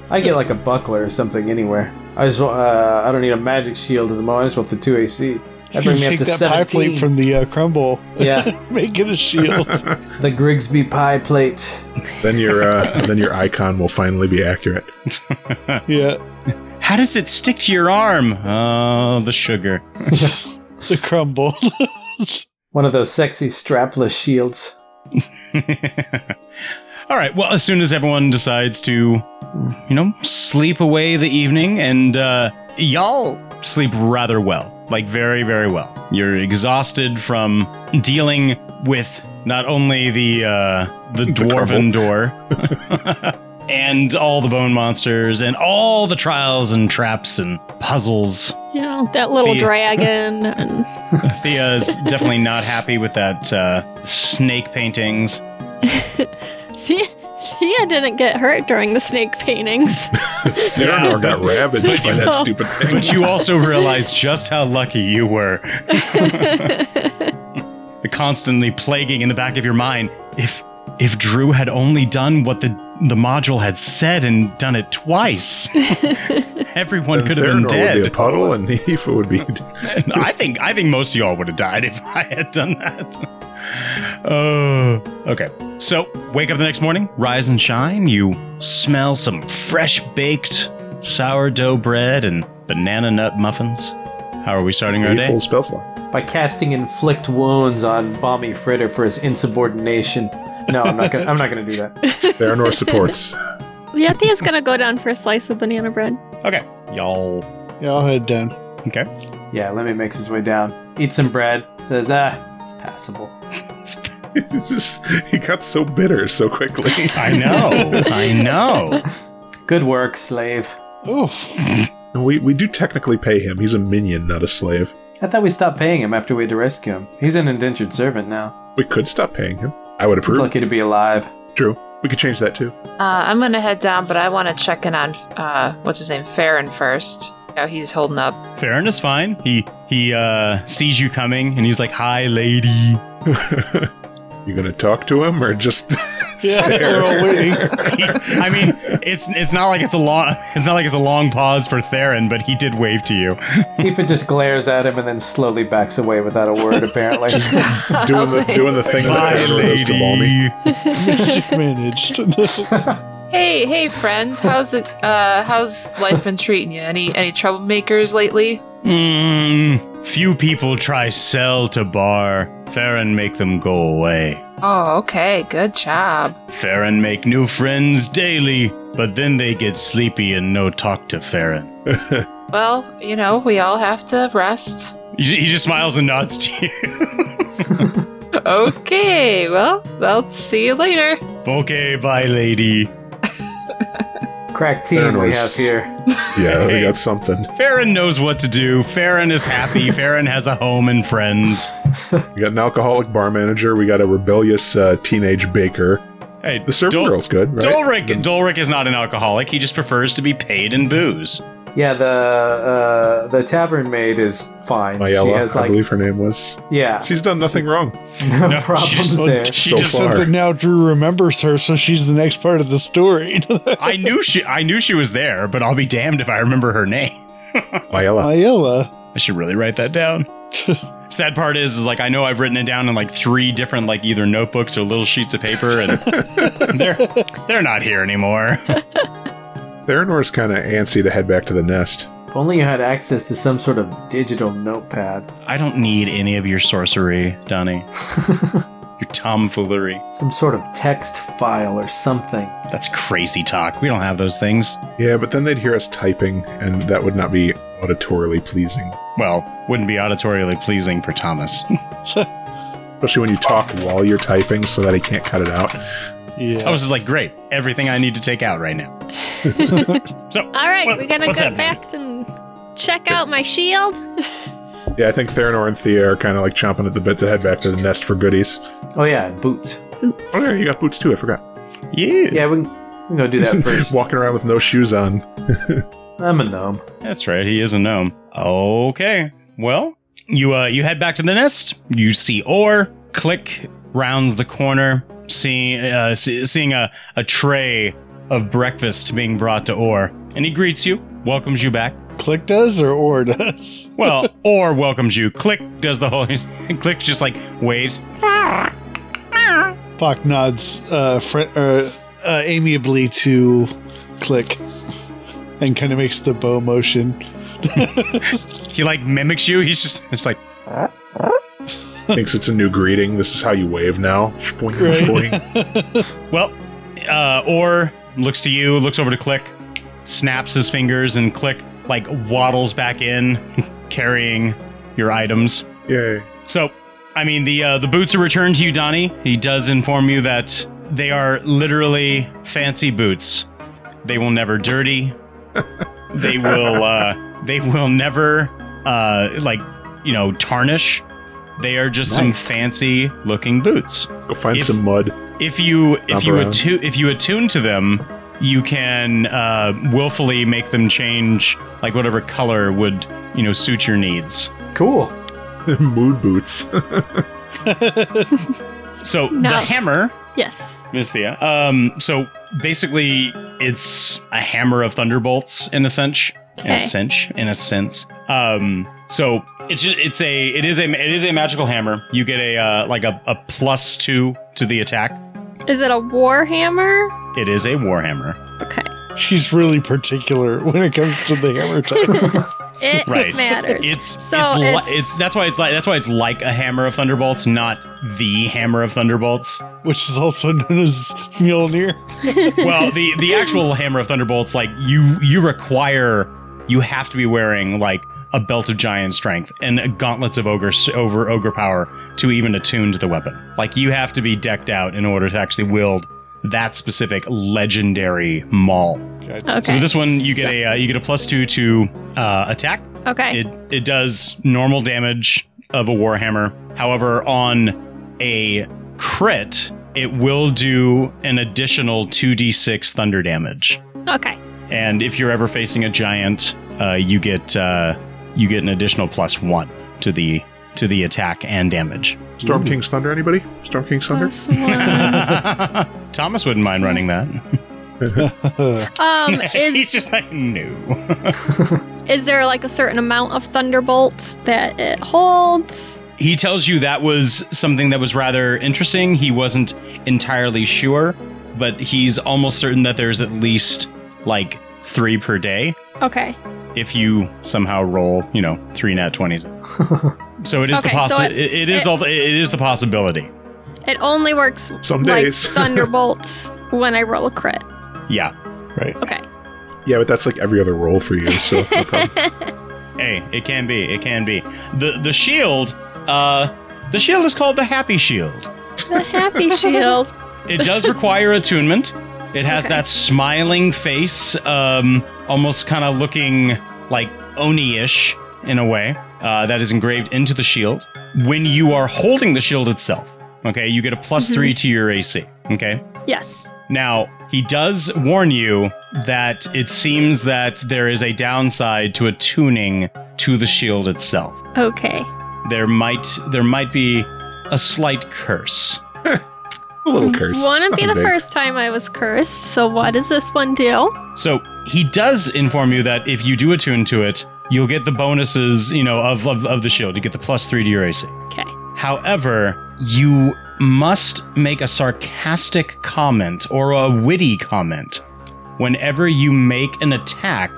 G: [LAUGHS]
H: I get like a buckler or something anywhere. I just wa- uh, I don't need a magic shield at the moment. I just want the two AC. That
G: You
H: brings me up
G: take
H: to
G: that pie
H: seventeen.
G: plate from the uh, crumble. [LAUGHS]
H: Yeah.
G: make it a shield.
H: [LAUGHS] the Grigsby pie plate.
C: Then your uh, then your icon will finally be accurate. [LAUGHS]
G: yeah,
B: How does it stick to your arm? Oh, the sugar.
G: the crumble. [LAUGHS]
H: One of those sexy strapless shields.
B: [LAUGHS] All right. Well, as soon as everyone decides to, you know, sleep away the evening, and uh, y'all sleep rather well, like very, very well. You're exhausted from dealing with not only the uh, the dwarven door. [LAUGHS] And all the bone monsters, and all the trials and traps and puzzles.
D: You know, that little
B: See.
D: dragon and [LAUGHS]
B: Thea's definitely not happy with that uh, snake paintings.
D: Thea, Thea didn't get hurt during the snake
B: [LAUGHS]
D: paintings.
C: Theranor got ravaged by that stupid thing.
B: But you also realize just how lucky you were. Constantly plaguing in the back of your mind if if Drew had only done what the the module had said and done it twice, everyone
C: Then
B: could have been
C: Theranor would be a
B: dead.
C: puddle, and [LAUGHS] Aoife
B: [LAUGHS]
C: would be.
B: I think I think most of y'all would have died if I had done that. Oh, okay. So wake up the next morning, rise and shine. You smell some fresh baked sourdough bread and banana nut muffins. How are we starting our
C: Aoife
B: day?
C: will spell slot.
H: By casting inflict wounds on Bomby Fritter for his insubordination. No, I'm not gonna I'm not gonna do that.
C: Theranor
B: [LAUGHS]
C: supports.
D: yeah, Thea's gonna go down for a slice of banana bread.
B: Okay, y'all.
G: yeah, I'll head down.
B: Okay,
H: Yeah, Lemmy makes his way down. Eats some bread, says, ah, it's passable.
C: It's just- he got so bitter so quickly.
B: [LAUGHS] I know, I know.
H: Good work, slave.
G: Oh,
C: We we do technically pay him. He's a minion, not a slave.
H: I thought we stopped paying him after we had to rescue him. He's an indentured servant now.
C: We could stop paying him. I would
H: He's
C: approve.
H: lucky to be alive.
C: True. We could change that too.
F: Uh, I'm gonna head down, but I want to check in on uh, what's his name, Farron first. How he's holding up.
B: Farron is fine. He he uh, sees you coming and he's like, "Hi, lady."
C: You gonna talk to him or
H: [LAUGHS]
C: just [LAUGHS]
G: yeah,
C: stare?
G: we're all waiting.
B: I mean, it's it's not like it's a long it's not like it's a long pause for Theron, but he did wave to you.
H: Aoife just glares at him and then slowly backs away without a
C: [LAUGHS]
H: word, apparently.
F: [LAUGHS]
C: [LAUGHS]
F: I'll
C: doing the
F: say,
C: doing the thing
B: Bye,
C: that Theranor does to Balmy.
B: lady.
G: Mischief managed.
F: Hey, hey, friend. How's it? Uh, how's life been treating you? Any any troublemakers lately?
B: Mm, few people try sell to bar. Farron make them go away.
F: Oh, okay. Good job.
B: Farron make new friends daily, but then they get sleepy and no talk to Farron.
F: Well, you know, we all have to
C: [LAUGHS]
F: rest.
B: He, ju- he just smiles and nods to you. [LAUGHS]
F: Okay. Well, I'll see you later.
B: okay, bye, lady.
H: Crack team we have
C: Theranos.
H: here.
C: Yeah, we got something.
B: Farron knows what to do. Farron is
C: [LAUGHS]
B: happy. Farron has a home and friends.
C: We got an alcoholic bar manager. We got a rebellious uh, teenage baker.
B: Hey,
C: The server
B: Dol-
C: girl's good, right?
B: Dolric, Dolric is not an alcoholic. He just prefers to be paid in
C: [LAUGHS]
B: booze.
H: Yeah, the uh, the tavern maid is fine. she
C: Mayella,
H: has like
C: I believe her name was.
H: yeah,
C: She's done nothing wrong.
H: [LAUGHS]
C: [LAUGHS]
H: no,
B: No,
H: problems
B: she just-
H: there.
B: She
C: So
B: just,
C: far.
G: Except that now Drew remembers her, so she's the next part of the story. [LAUGHS]
B: I knew she. I knew she was there, but I'll be damned if I remember her name.
C: Mayella.
G: Ayala.
B: I should really write that down. Sad part is, is like I know I've written it down in like three different like either notebooks or little sheets of paper, and they're they're not here anymore. [LAUGHS]
C: Theranor's kind of antsy to head back to the nest.
H: If only you had access to some sort of digital notepad,
B: I don't need any of your sorcery, Donnie. your tomfoolery.
H: some sort of text file or something.
B: That's crazy talk. We don't have those things.
C: Yeah, but then they'd hear us typing, and that would not be auditorily pleasing.
B: Well, wouldn't be auditorily pleasing for Thomas. [LAUGHS]
C: Especially when you talk while you're typing so that he can't cut it out.
G: Yeah.
B: Thomas is like, great, everything I need to take out right now. so,
D: All right,
B: What-
D: we're gonna
B: what's
D: go
B: happening?
D: back and check out my shield.
C: Yeah, I think Theranor and Thea are kind of like chomping at the bit to head back to the nest for goodies.
H: Oh yeah, boots.
C: Oh, yeah, you got boots too. I forgot.
B: yeah,
H: Yeah, we can, we can go do that first.
C: Walking around with no shoes on.
H: I'm a gnome.
B: That's right. He is a gnome. Okay. Well, you uh, you head back to the nest. You see Orr. Click rounds the corner, seeing uh, see, seeing a a tray of breakfast being brought to Orr, and he greets you, welcomes you back.
G: Oh, Click does or or does? [LAUGHS]
B: Well, Orr welcomes you. Click does the whole. [LAUGHS] Click just like waves.
G: Bach nods uh, fr- uh, uh, amiably to Click and kind of makes the bow motion.
B: He like mimics you. He's just it's like
C: Thinks it's a new greeting. This is how you wave now. Shpoing,
G: Right.
C: shpoing.
B: Well, uh, Orr looks to you, looks over to Click, snaps his fingers, and Click like waddles back in, [LAUGHS] carrying your items.
C: Yay.
B: So, I mean, the uh, the boots are returned to you, Donnie. He does inform you that they are literally fancy boots. They will never dirty. they will uh, they will never uh, like you know tarnish. They are just some
H: Nice.
B: fancy looking boots
C: Go find
B: If-
C: some mud. [LAUGHS]
B: if you if
C: Bump
B: you
C: around.
B: attu- if you attune to them, you can uh, willfully make them change like whatever color would you know suit your needs.
H: Cool.
C: Mood boots.
B: So
D: No.
B: the hammer,
D: Yes.
B: Miss Thea. Um, so basically, it's a hammer of thunderbolts in a sense. In a
D: Okay.
B: cinch, in a sense. Um, so it's just, it's a it is a it is a magical hammer. You get a uh, like a, a plus two to the attack.
D: Is it a war hammer?
B: It is a warhammer.
D: Okay.
G: She's really particular [LAUGHS] when it comes to the hammer time.
D: It
B: Right.
D: [LAUGHS] matters.
B: It's
D: So
B: it's, li-
D: it's-
B: it's that's why it's like that's why it's like a hammer of thunderbolts, not the hammer of
D: [LAUGHS]
B: thunderbolts.
G: [LAUGHS] which is also known as Mjolnir. [LAUGHS]
B: well, the the actual hammer of thunderbolts, like you you require you have to be wearing like a belt of giant strength and gauntlets of ogre over ogre power to even attune to the weapon. Like you have to be decked out in order to actually wield that specific legendary maul.
D: [LAUGHS]
G: Gotcha.
D: okay.
B: So this one you get a uh, you get a plus two to uh, attack.
D: okay.
B: It it does normal damage of a warhammer. However, on a crit, it will do an additional 2d6 thunder damage.
D: okay.
B: And if you're ever facing a giant, uh, you get uh, you get an additional plus one to the to the attack and damage.
C: Storm King's Thunder, anybody? Storm King's Thunder?
D: Plus
B: [LAUGHS]
D: one.
B: Thomas wouldn't mind running that. [LAUGHS]
D: um,
B: He's
D: is
B: just like no.
D: is there like a certain amount of thunderbolts that it holds?
B: He tells you that was something that was rather interesting. He wasn't entirely sure, but he's almost certain that there's at least like three per day
D: Okay.
B: if you somehow roll, you know, three nat
D: [LAUGHS]
B: twenties. so it is the
D: Okay,
B: possi-
D: so
B: it,
D: it-
B: it is
D: it-
B: all it is the possibility.
D: It only works
C: Some [LAUGHS]
D: like
C: days.
D: thunderbolts when I roll a crit.
B: Yeah.
G: right.
D: Okay.
C: yeah, but that's like every other roll for you, so no problem.
B: Hey, it can be. It can be. The the shield, uh the shield is called [LAUGHS] the happy shield.
D: the happy shield.
B: It does require attunement. It has
D: Okay.
B: that smiling face, um, almost kind of looking like Oni ish in a way, uh, that is engraved into the shield. When you are holding the shield itself, okay, you get a plus
D: Mhm.
B: three to your AC, okay?
D: Yes.
B: Now, he does warn you that it seems that there is a downside to attuning to the shield itself.
D: Okay.
B: There might there might be a slight curse.
C: A
D: [LAUGHS]
C: little curse.
D: Wouldn't be
C: Nothing
D: the
C: big.
D: first time I was cursed. So what does this one do?
B: So he does inform you that if you do attune to it, you'll get the bonuses, you know, of of, of the shield. You get the plus three to your AC.
D: Okay.
B: However, you must make a sarcastic comment or a witty comment whenever you make an attack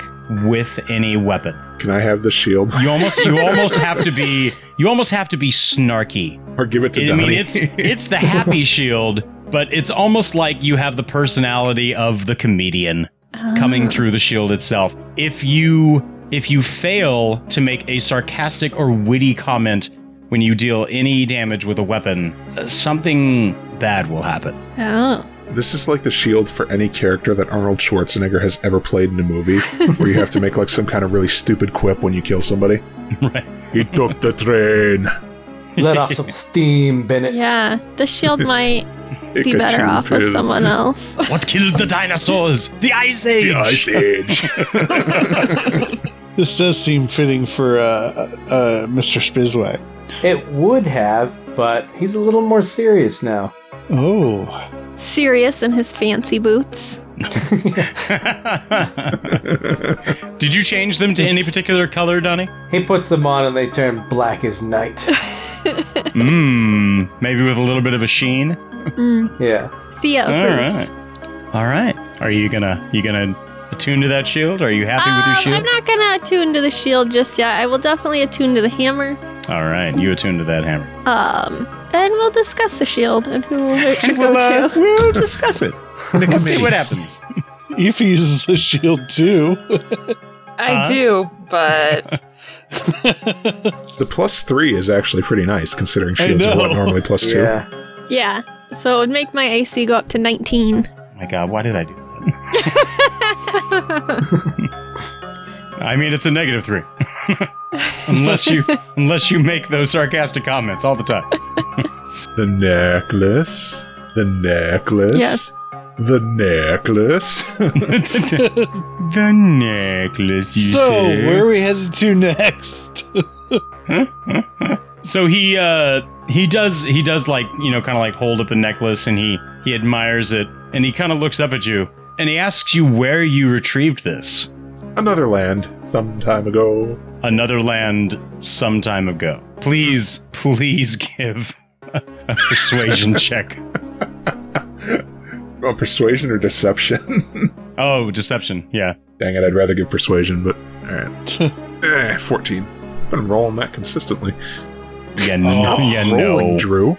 B: with any weapon.
C: Can I have the shield [LAUGHS]
B: You almost you almost have to be you almost have to be snarky.
C: or give it to
B: I
C: Donnie?
B: mean it's it's the happy shield, but it's almost like you have the personality of the comedian coming
D: Ah.
B: through the shield itself. If you if you fail to make a sarcastic or witty comment when you deal any damage with a weapon, uh, something bad will [LAUGHS] happen.
D: Oh.
C: [LAUGHS] This is like the shield for any character that Arnold Schwarzenegger has ever played in a movie, where you have to make like some kind of really stupid quip when you kill somebody.
B: Right.
C: He took the train.
H: Let off some steam, Bennett.
D: Yeah.
C: [LAUGHS]
D: The shield might
C: It
D: be
C: got
D: better
C: you
D: off
C: to
D: with
C: [LAUGHS]
D: someone else.
B: What killed the dinosaurs? The ice age.
C: The
B: [LAUGHS]
C: Ice Age. [LAUGHS]
G: This does seem fitting for uh, uh, Mr. Spizwag.
H: It would have, but he's a little more serious now.
G: Oh,
D: Sirius in his fancy boots.
B: Did you change them to any particular color, Donnie?
H: He puts them on and they turn black as night.
B: Mmm. Maybe with a little bit of a sheen.
D: Mm.
H: Yeah.
D: Thea approves.
B: right. All right. Are you gonna you gonna attune to that shield? Are you happy with your
D: Um,
B: shield?
D: I'm not gonna attune to the shield just yet. I will definitely attune to the hammer.
B: All right. You attune to that hammer.
D: Um, and we'll discuss the shield and who
B: [LAUGHS]
D: it should go
B: we'll, uh,
D: to.
B: we'll discuss it. [LAUGHS] We'll see
G: committee.
B: what happens.
G: Efi uses a shield too. [LAUGHS]
F: I
B: Huh?
F: do, but
C: the plus three is actually pretty nice considering
G: I
C: shields are what
G: know.
C: normally plus two.
H: Yeah.
D: Yeah. So it would make my AC go up to 19.
B: Oh my God, why did I do [LAUGHS] that? I mean, it's a negative three. [LAUGHS] unless you unless you make those sarcastic comments all the time. [LAUGHS]
C: The necklace. The necklace.
D: Yes.
C: The necklace.
B: the necklace. You
G: so,
B: say.
G: where are we headed to next? [LAUGHS]
B: so he uh he does he does like you know kind of like hold up the necklace and he he admires it and he kind of looks up at you and he asks you where you retrieved this
C: Another land some time ago.
B: another land some time ago please please give a, a
C: [LAUGHS]
B: persuasion check
C: Oh, persuasion or deception? [LAUGHS]
B: oh deception yeah
C: Dang it, I'd rather give persuasion, but
B: [LAUGHS]
C: alright. Eh, 14. Been rolling that consistently.
B: yeah no Oh, [LAUGHS] yeah
C: rolling,
B: no
C: Drew.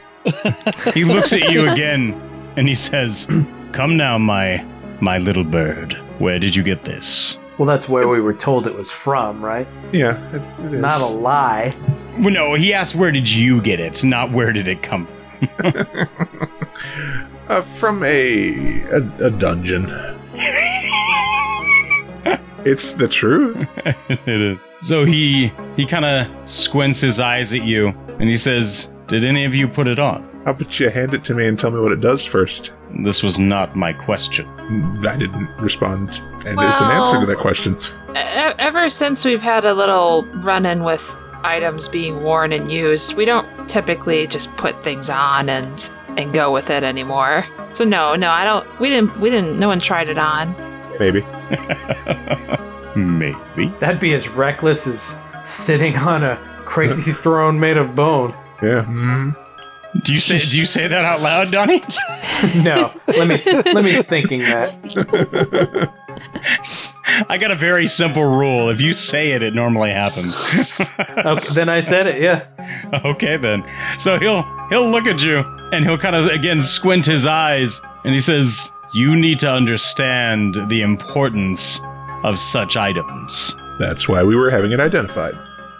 B: he looks at you again and he says come now my my little bird where did you get this
H: Well, that's where we were told it was from, right?
C: Yeah, it, it is.
H: Not a lie.
B: well, no he asked where did you get it not where did it come [LAUGHS]
C: uh, from a, a a dungeon. it's the truth.
B: it is. So he he kind of squints his eyes at you and he says, "Did any of you put it on?"
C: How about you hand it to me and tell me what it does first?
B: This was not my question.
C: Mm, I didn't respond, and it's an answer to
F: Well-
C: that question.
F: e- ever since we've had a little run in with items being worn and used, we don't typically just put things on and and go with it anymore. So no, no, I don't. We didn't. We didn't. No one tried it on.
C: Maybe
B: Maybe.
H: That'd be as reckless as sitting on a crazy [LAUGHS] throne made of bone.
C: yeah. Mm.
B: Do you say do you say that out loud, Donnie? [LAUGHS]
H: No, let me let me thinking that.
B: I got a very simple rule. If you say it, it normally happens. [LAUGHS]
H: Okay, then I said it. Yeah.
B: okay then. So he'll he'll look at you and he'll kind of again squint his eyes and he says, "You need to understand the importance of such items."
C: That's why we were having it identified.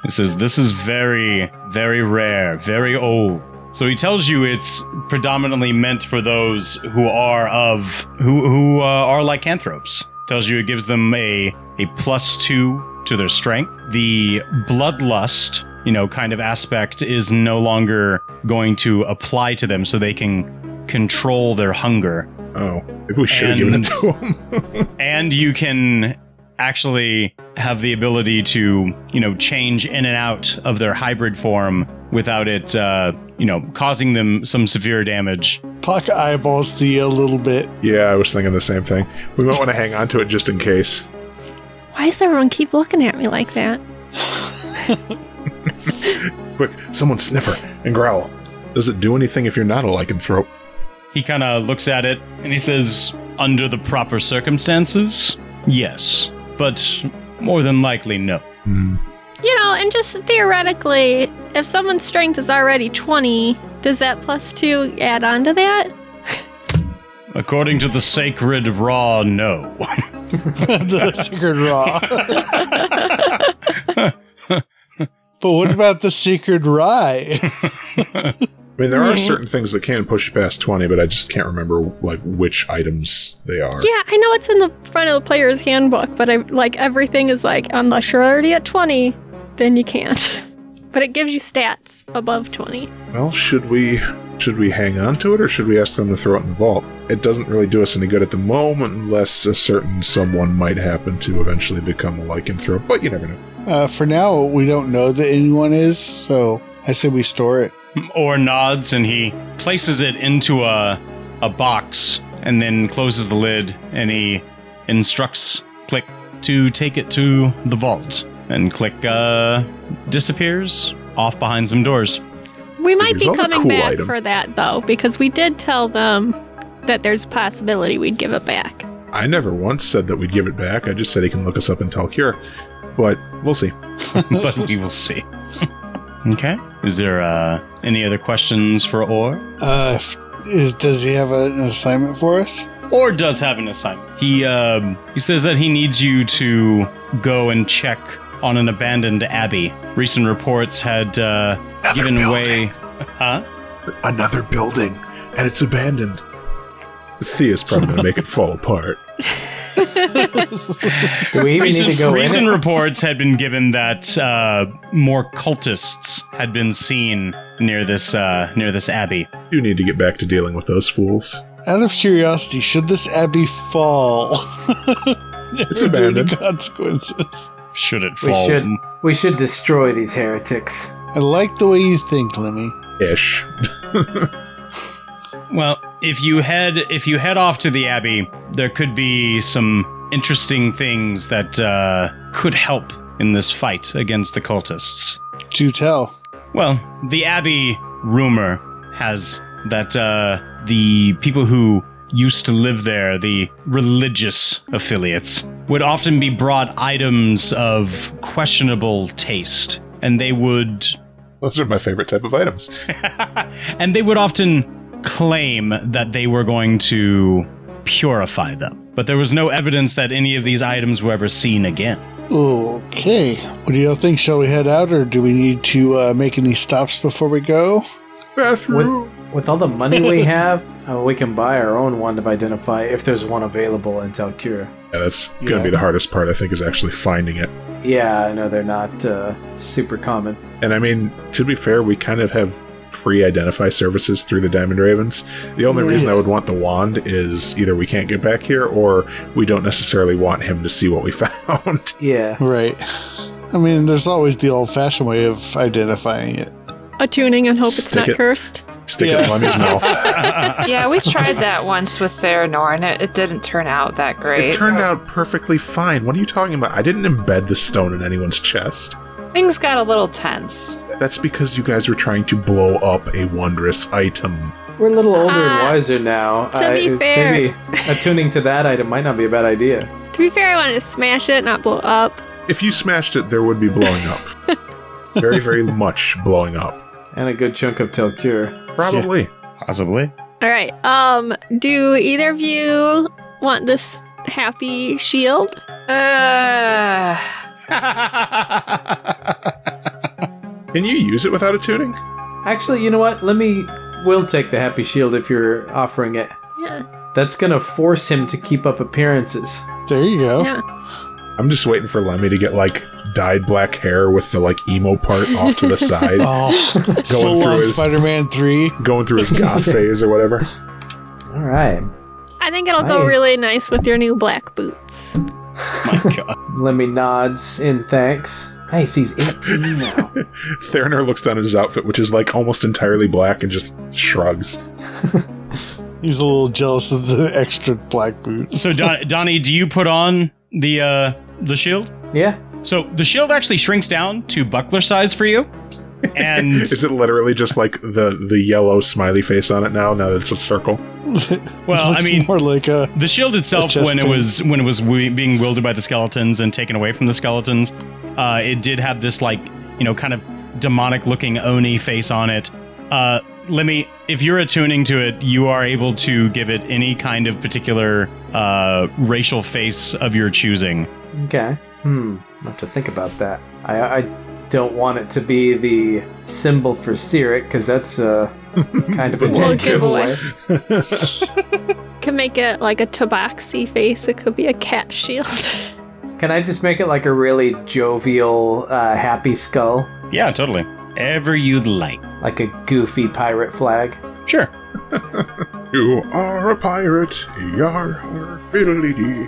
B: He says, This is very, very rare, very old. So he tells you it's predominantly meant for those who are of who who uh, are lycanthropes. Tells you it gives them a a plus two to their strength. The bloodlust, you know, kind of aspect is no longer going to apply to them, so they can control their hunger
C: Oh, maybe we should have given it
B: And-
C: to him.
B: and you can actually have the ability to you know change in and out of their hybrid form without it uh, you know causing them some severe damage
G: Puck eyeballs Thea a little bit.
C: [LAUGHS] yeah, I was thinking the same thing. We might want to hang on to it just in case.
D: Why does everyone keep looking at me like that?
C: Quick, someone sniffer and growl. Does it do anything if you're not a lycanthrope?
B: he kind of looks at it and he says under the proper circumstances yes but more than likely no
C: Hmm.
D: You know, and just theoretically, if someone's strength is already 20, does that plus 2 add on to that?
B: according to the sacred raw no [LAUGHS]
G: [LAUGHS] the secret raw.
C: [LAUGHS]
G: but what about the secret rye? [LAUGHS]
C: I mean, there are certain things that can push you past 20, but I just can't remember like which items they are.
D: Yeah, I know it's in the front of the player's handbook, but I like everything is like unless you're already at 20, then you can't. [LAUGHS] But it gives you stats above 20.
C: Well, should we should we hang on to it or should we ask them to throw it in the vault? It doesn't really do us any good at the moment unless a certain someone might happen to eventually become a lycanthrope, but you never know.
G: Uh, for now, we don't know that anyone is, so I say we store it.
B: or nods and he places it into a a box and then closes the lid and he instructs click to take it to the vault and click uh disappears off behind some doors [LAUGHS]
D: We might be
C: Here's all the cool
D: coming back
C: item.
D: for that though, because we did tell them that there's a possibility we'd give it back.
C: I never once said that we'd give it back. I just said he can look us up in Talcura. But we'll see.
B: but we will see [LAUGHS] okay is there uh any other questions for or
G: Uh, if- is, does he have a- an assignment for us?
B: or does have an assignment he um he says that he needs you to go and check on an abandoned abbey recent reports had uh given away huh
C: another building, and it's abandoned. Thea's probably gonna make it fall apart.
H: Do we even
B: recent,
H: need to go
B: recent
H: in? it?
B: reports had been given that uh, more cultists had been seen near this uh, near this abbey.
C: You need to get back to dealing with those fools.
G: Out of curiosity, should this abbey fall? [LAUGHS]
C: It's
G: Are there any
C: abandoned.
G: consequences.
B: Should it
H: we
B: fall?
H: should we should destroy these heretics.
G: I like the way you think, Lemmy.
C: Ish.
B: Well, if you head if you head off to the abbey, there could be some interesting things that uh, could help in this fight against the cultists.
G: Do tell.
B: Well, the Abbey rumor has that uh, the people who used to live there, the religious affiliates, would often be brought items of questionable taste, and they would [LAUGHS]
C: Those are my favorite type of items.
B: and they would often claim that they were going to purify them. But there was no evidence that any of these items were ever seen again.
G: Okay. What do y'all think? Shall we head out, or do we need to uh, make any stops before we go?
C: Bathroom.
H: With all the money we have, uh, we can buy our own one to identify if there's one available in Telcure.
C: Yeah, that's gonna
G: Yeah.
C: be the hardest part, I think, is actually finding it.
H: Yeah, I know they're not uh, super common.
C: And I mean, to be fair, we kind of have free identify services through the Diamond Ravens. The only reason I would want the wand is either we can't get back here or we don't necessarily want him to see what we [LAUGHS] found.
H: Yeah.
G: Right. I mean, there's always the old fashioned way of identifying [LAUGHS] it.
D: Attuning and hope it's
C: Stick
D: not
C: it.
D: cursed.
C: Stick it in
G: Yeah.
C: [LAUGHS] Lemmy's mouth.
F: yeah, we tried that once with Theranor, and it, it didn't turn out that
C: It
F: great.
C: turned out perfectly fine. What are you talking about? I didn't embed the stone in anyone's chest.
F: Things got a little tense.
C: That's because you guys were trying to blow up a wondrous item.
H: We're a little older
D: Uh,
H: and wiser now. Uh,
D: to be
H: it's
D: fair-
H: Maybe attuning to that item might not be a bad idea.
D: To be fair, I wanted to smash it, not blow up.
C: If you smashed it, there would be blowing up. very, very much blowing up.
H: And a good chunk of Telcure.
C: Probably.
B: Possibly.
D: All right. Um, do either of you want this happy shield?
F: Uh,
C: Can you use it without attuning?
H: Actually, you know what? Let me. We'll take the happy shield if you're offering it.
D: Yeah.
H: That's gonna force him to keep up appearances.
G: There you go.
D: Yeah.
C: I'm just waiting for Lemmy to get like dyed black hair with the like emo part off [LAUGHS] to the side,
G: [LAUGHS] Oh,
C: going
G: full
C: through
G: on
C: his
G: Spider Man 3.
C: going through his
G: [LAUGHS]
C: goth phase or whatever.
H: All right.
D: I think it'll go
H: Nice.
D: really nice with your new black boots.
B: My God.
H: Lemmy nods in thanks. Nice. He's 18
C: [LAUGHS]
H: now.
C: Theranor looks down at his outfit, which is like almost entirely black, and just shrugs.
G: He's a little jealous of the extra black boots.
B: [LAUGHS] So Don- Donnie, do you put on the uh, the shield?
H: [CLEARS THROAT] yeah.
B: So the shield actually shrinks down to buckler size for you,
G: [LAUGHS]
B: and
C: Is it literally just like the the yellow smiley face on it now? Now that it's a circle. [LAUGHS]
B: Well, I
G: Looks
B: mean-
G: more like a.
B: The shield itself,
G: chest
B: when it
G: thing.
B: was when it was we- being wielded by the skeletons and taken away from the skeletons, uh, it did have this like you know kind of demonic looking oni face on it. Uh, let me, if you're attuning to it, you are able to give it any kind of particular uh, racial face of your choosing.
H: Okay. Hmm. I have to think about that. I, I don't want it to be the symbol for Sirik because that's [LAUGHS] a kind of a
D: Well,
H: dead giveaway.
D: giveaway. Can make it like a tabaxi face. It could be a cat shield.
H: Can I just make it like a really jovial, uh, happy skull,
B: Yeah, totally. Ever you'd like.
H: like a goofy pirate flag?
B: [LAUGHS] Sure.
C: You are a pirate. You are a fiddly-dee.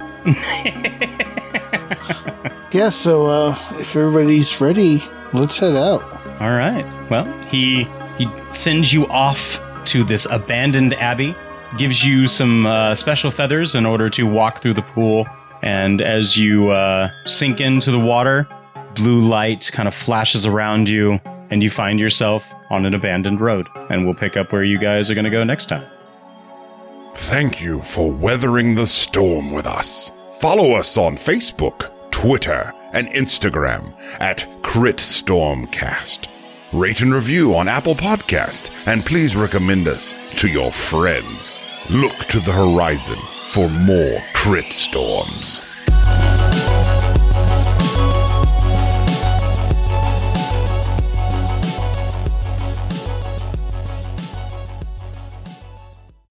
G: Yeah, so uh, if everybody's ready, let's head out.
B: All right. Well, he he sends you off to this abandoned abbey, gives you some uh, special feathers in order to walk through the pool, and as you uh, sink into the water, blue light kind of flashes around you, and you find yourself on an abandoned road. And we'll pick up where you guys are going to go next time.
A: Thank you for weathering the storm with us. Follow us on Facebook, Twitter, and Instagram at CritStormcast. Rate and review on Apple Podcast, and please recommend us to your friends. Look to the horizon for more crit storms.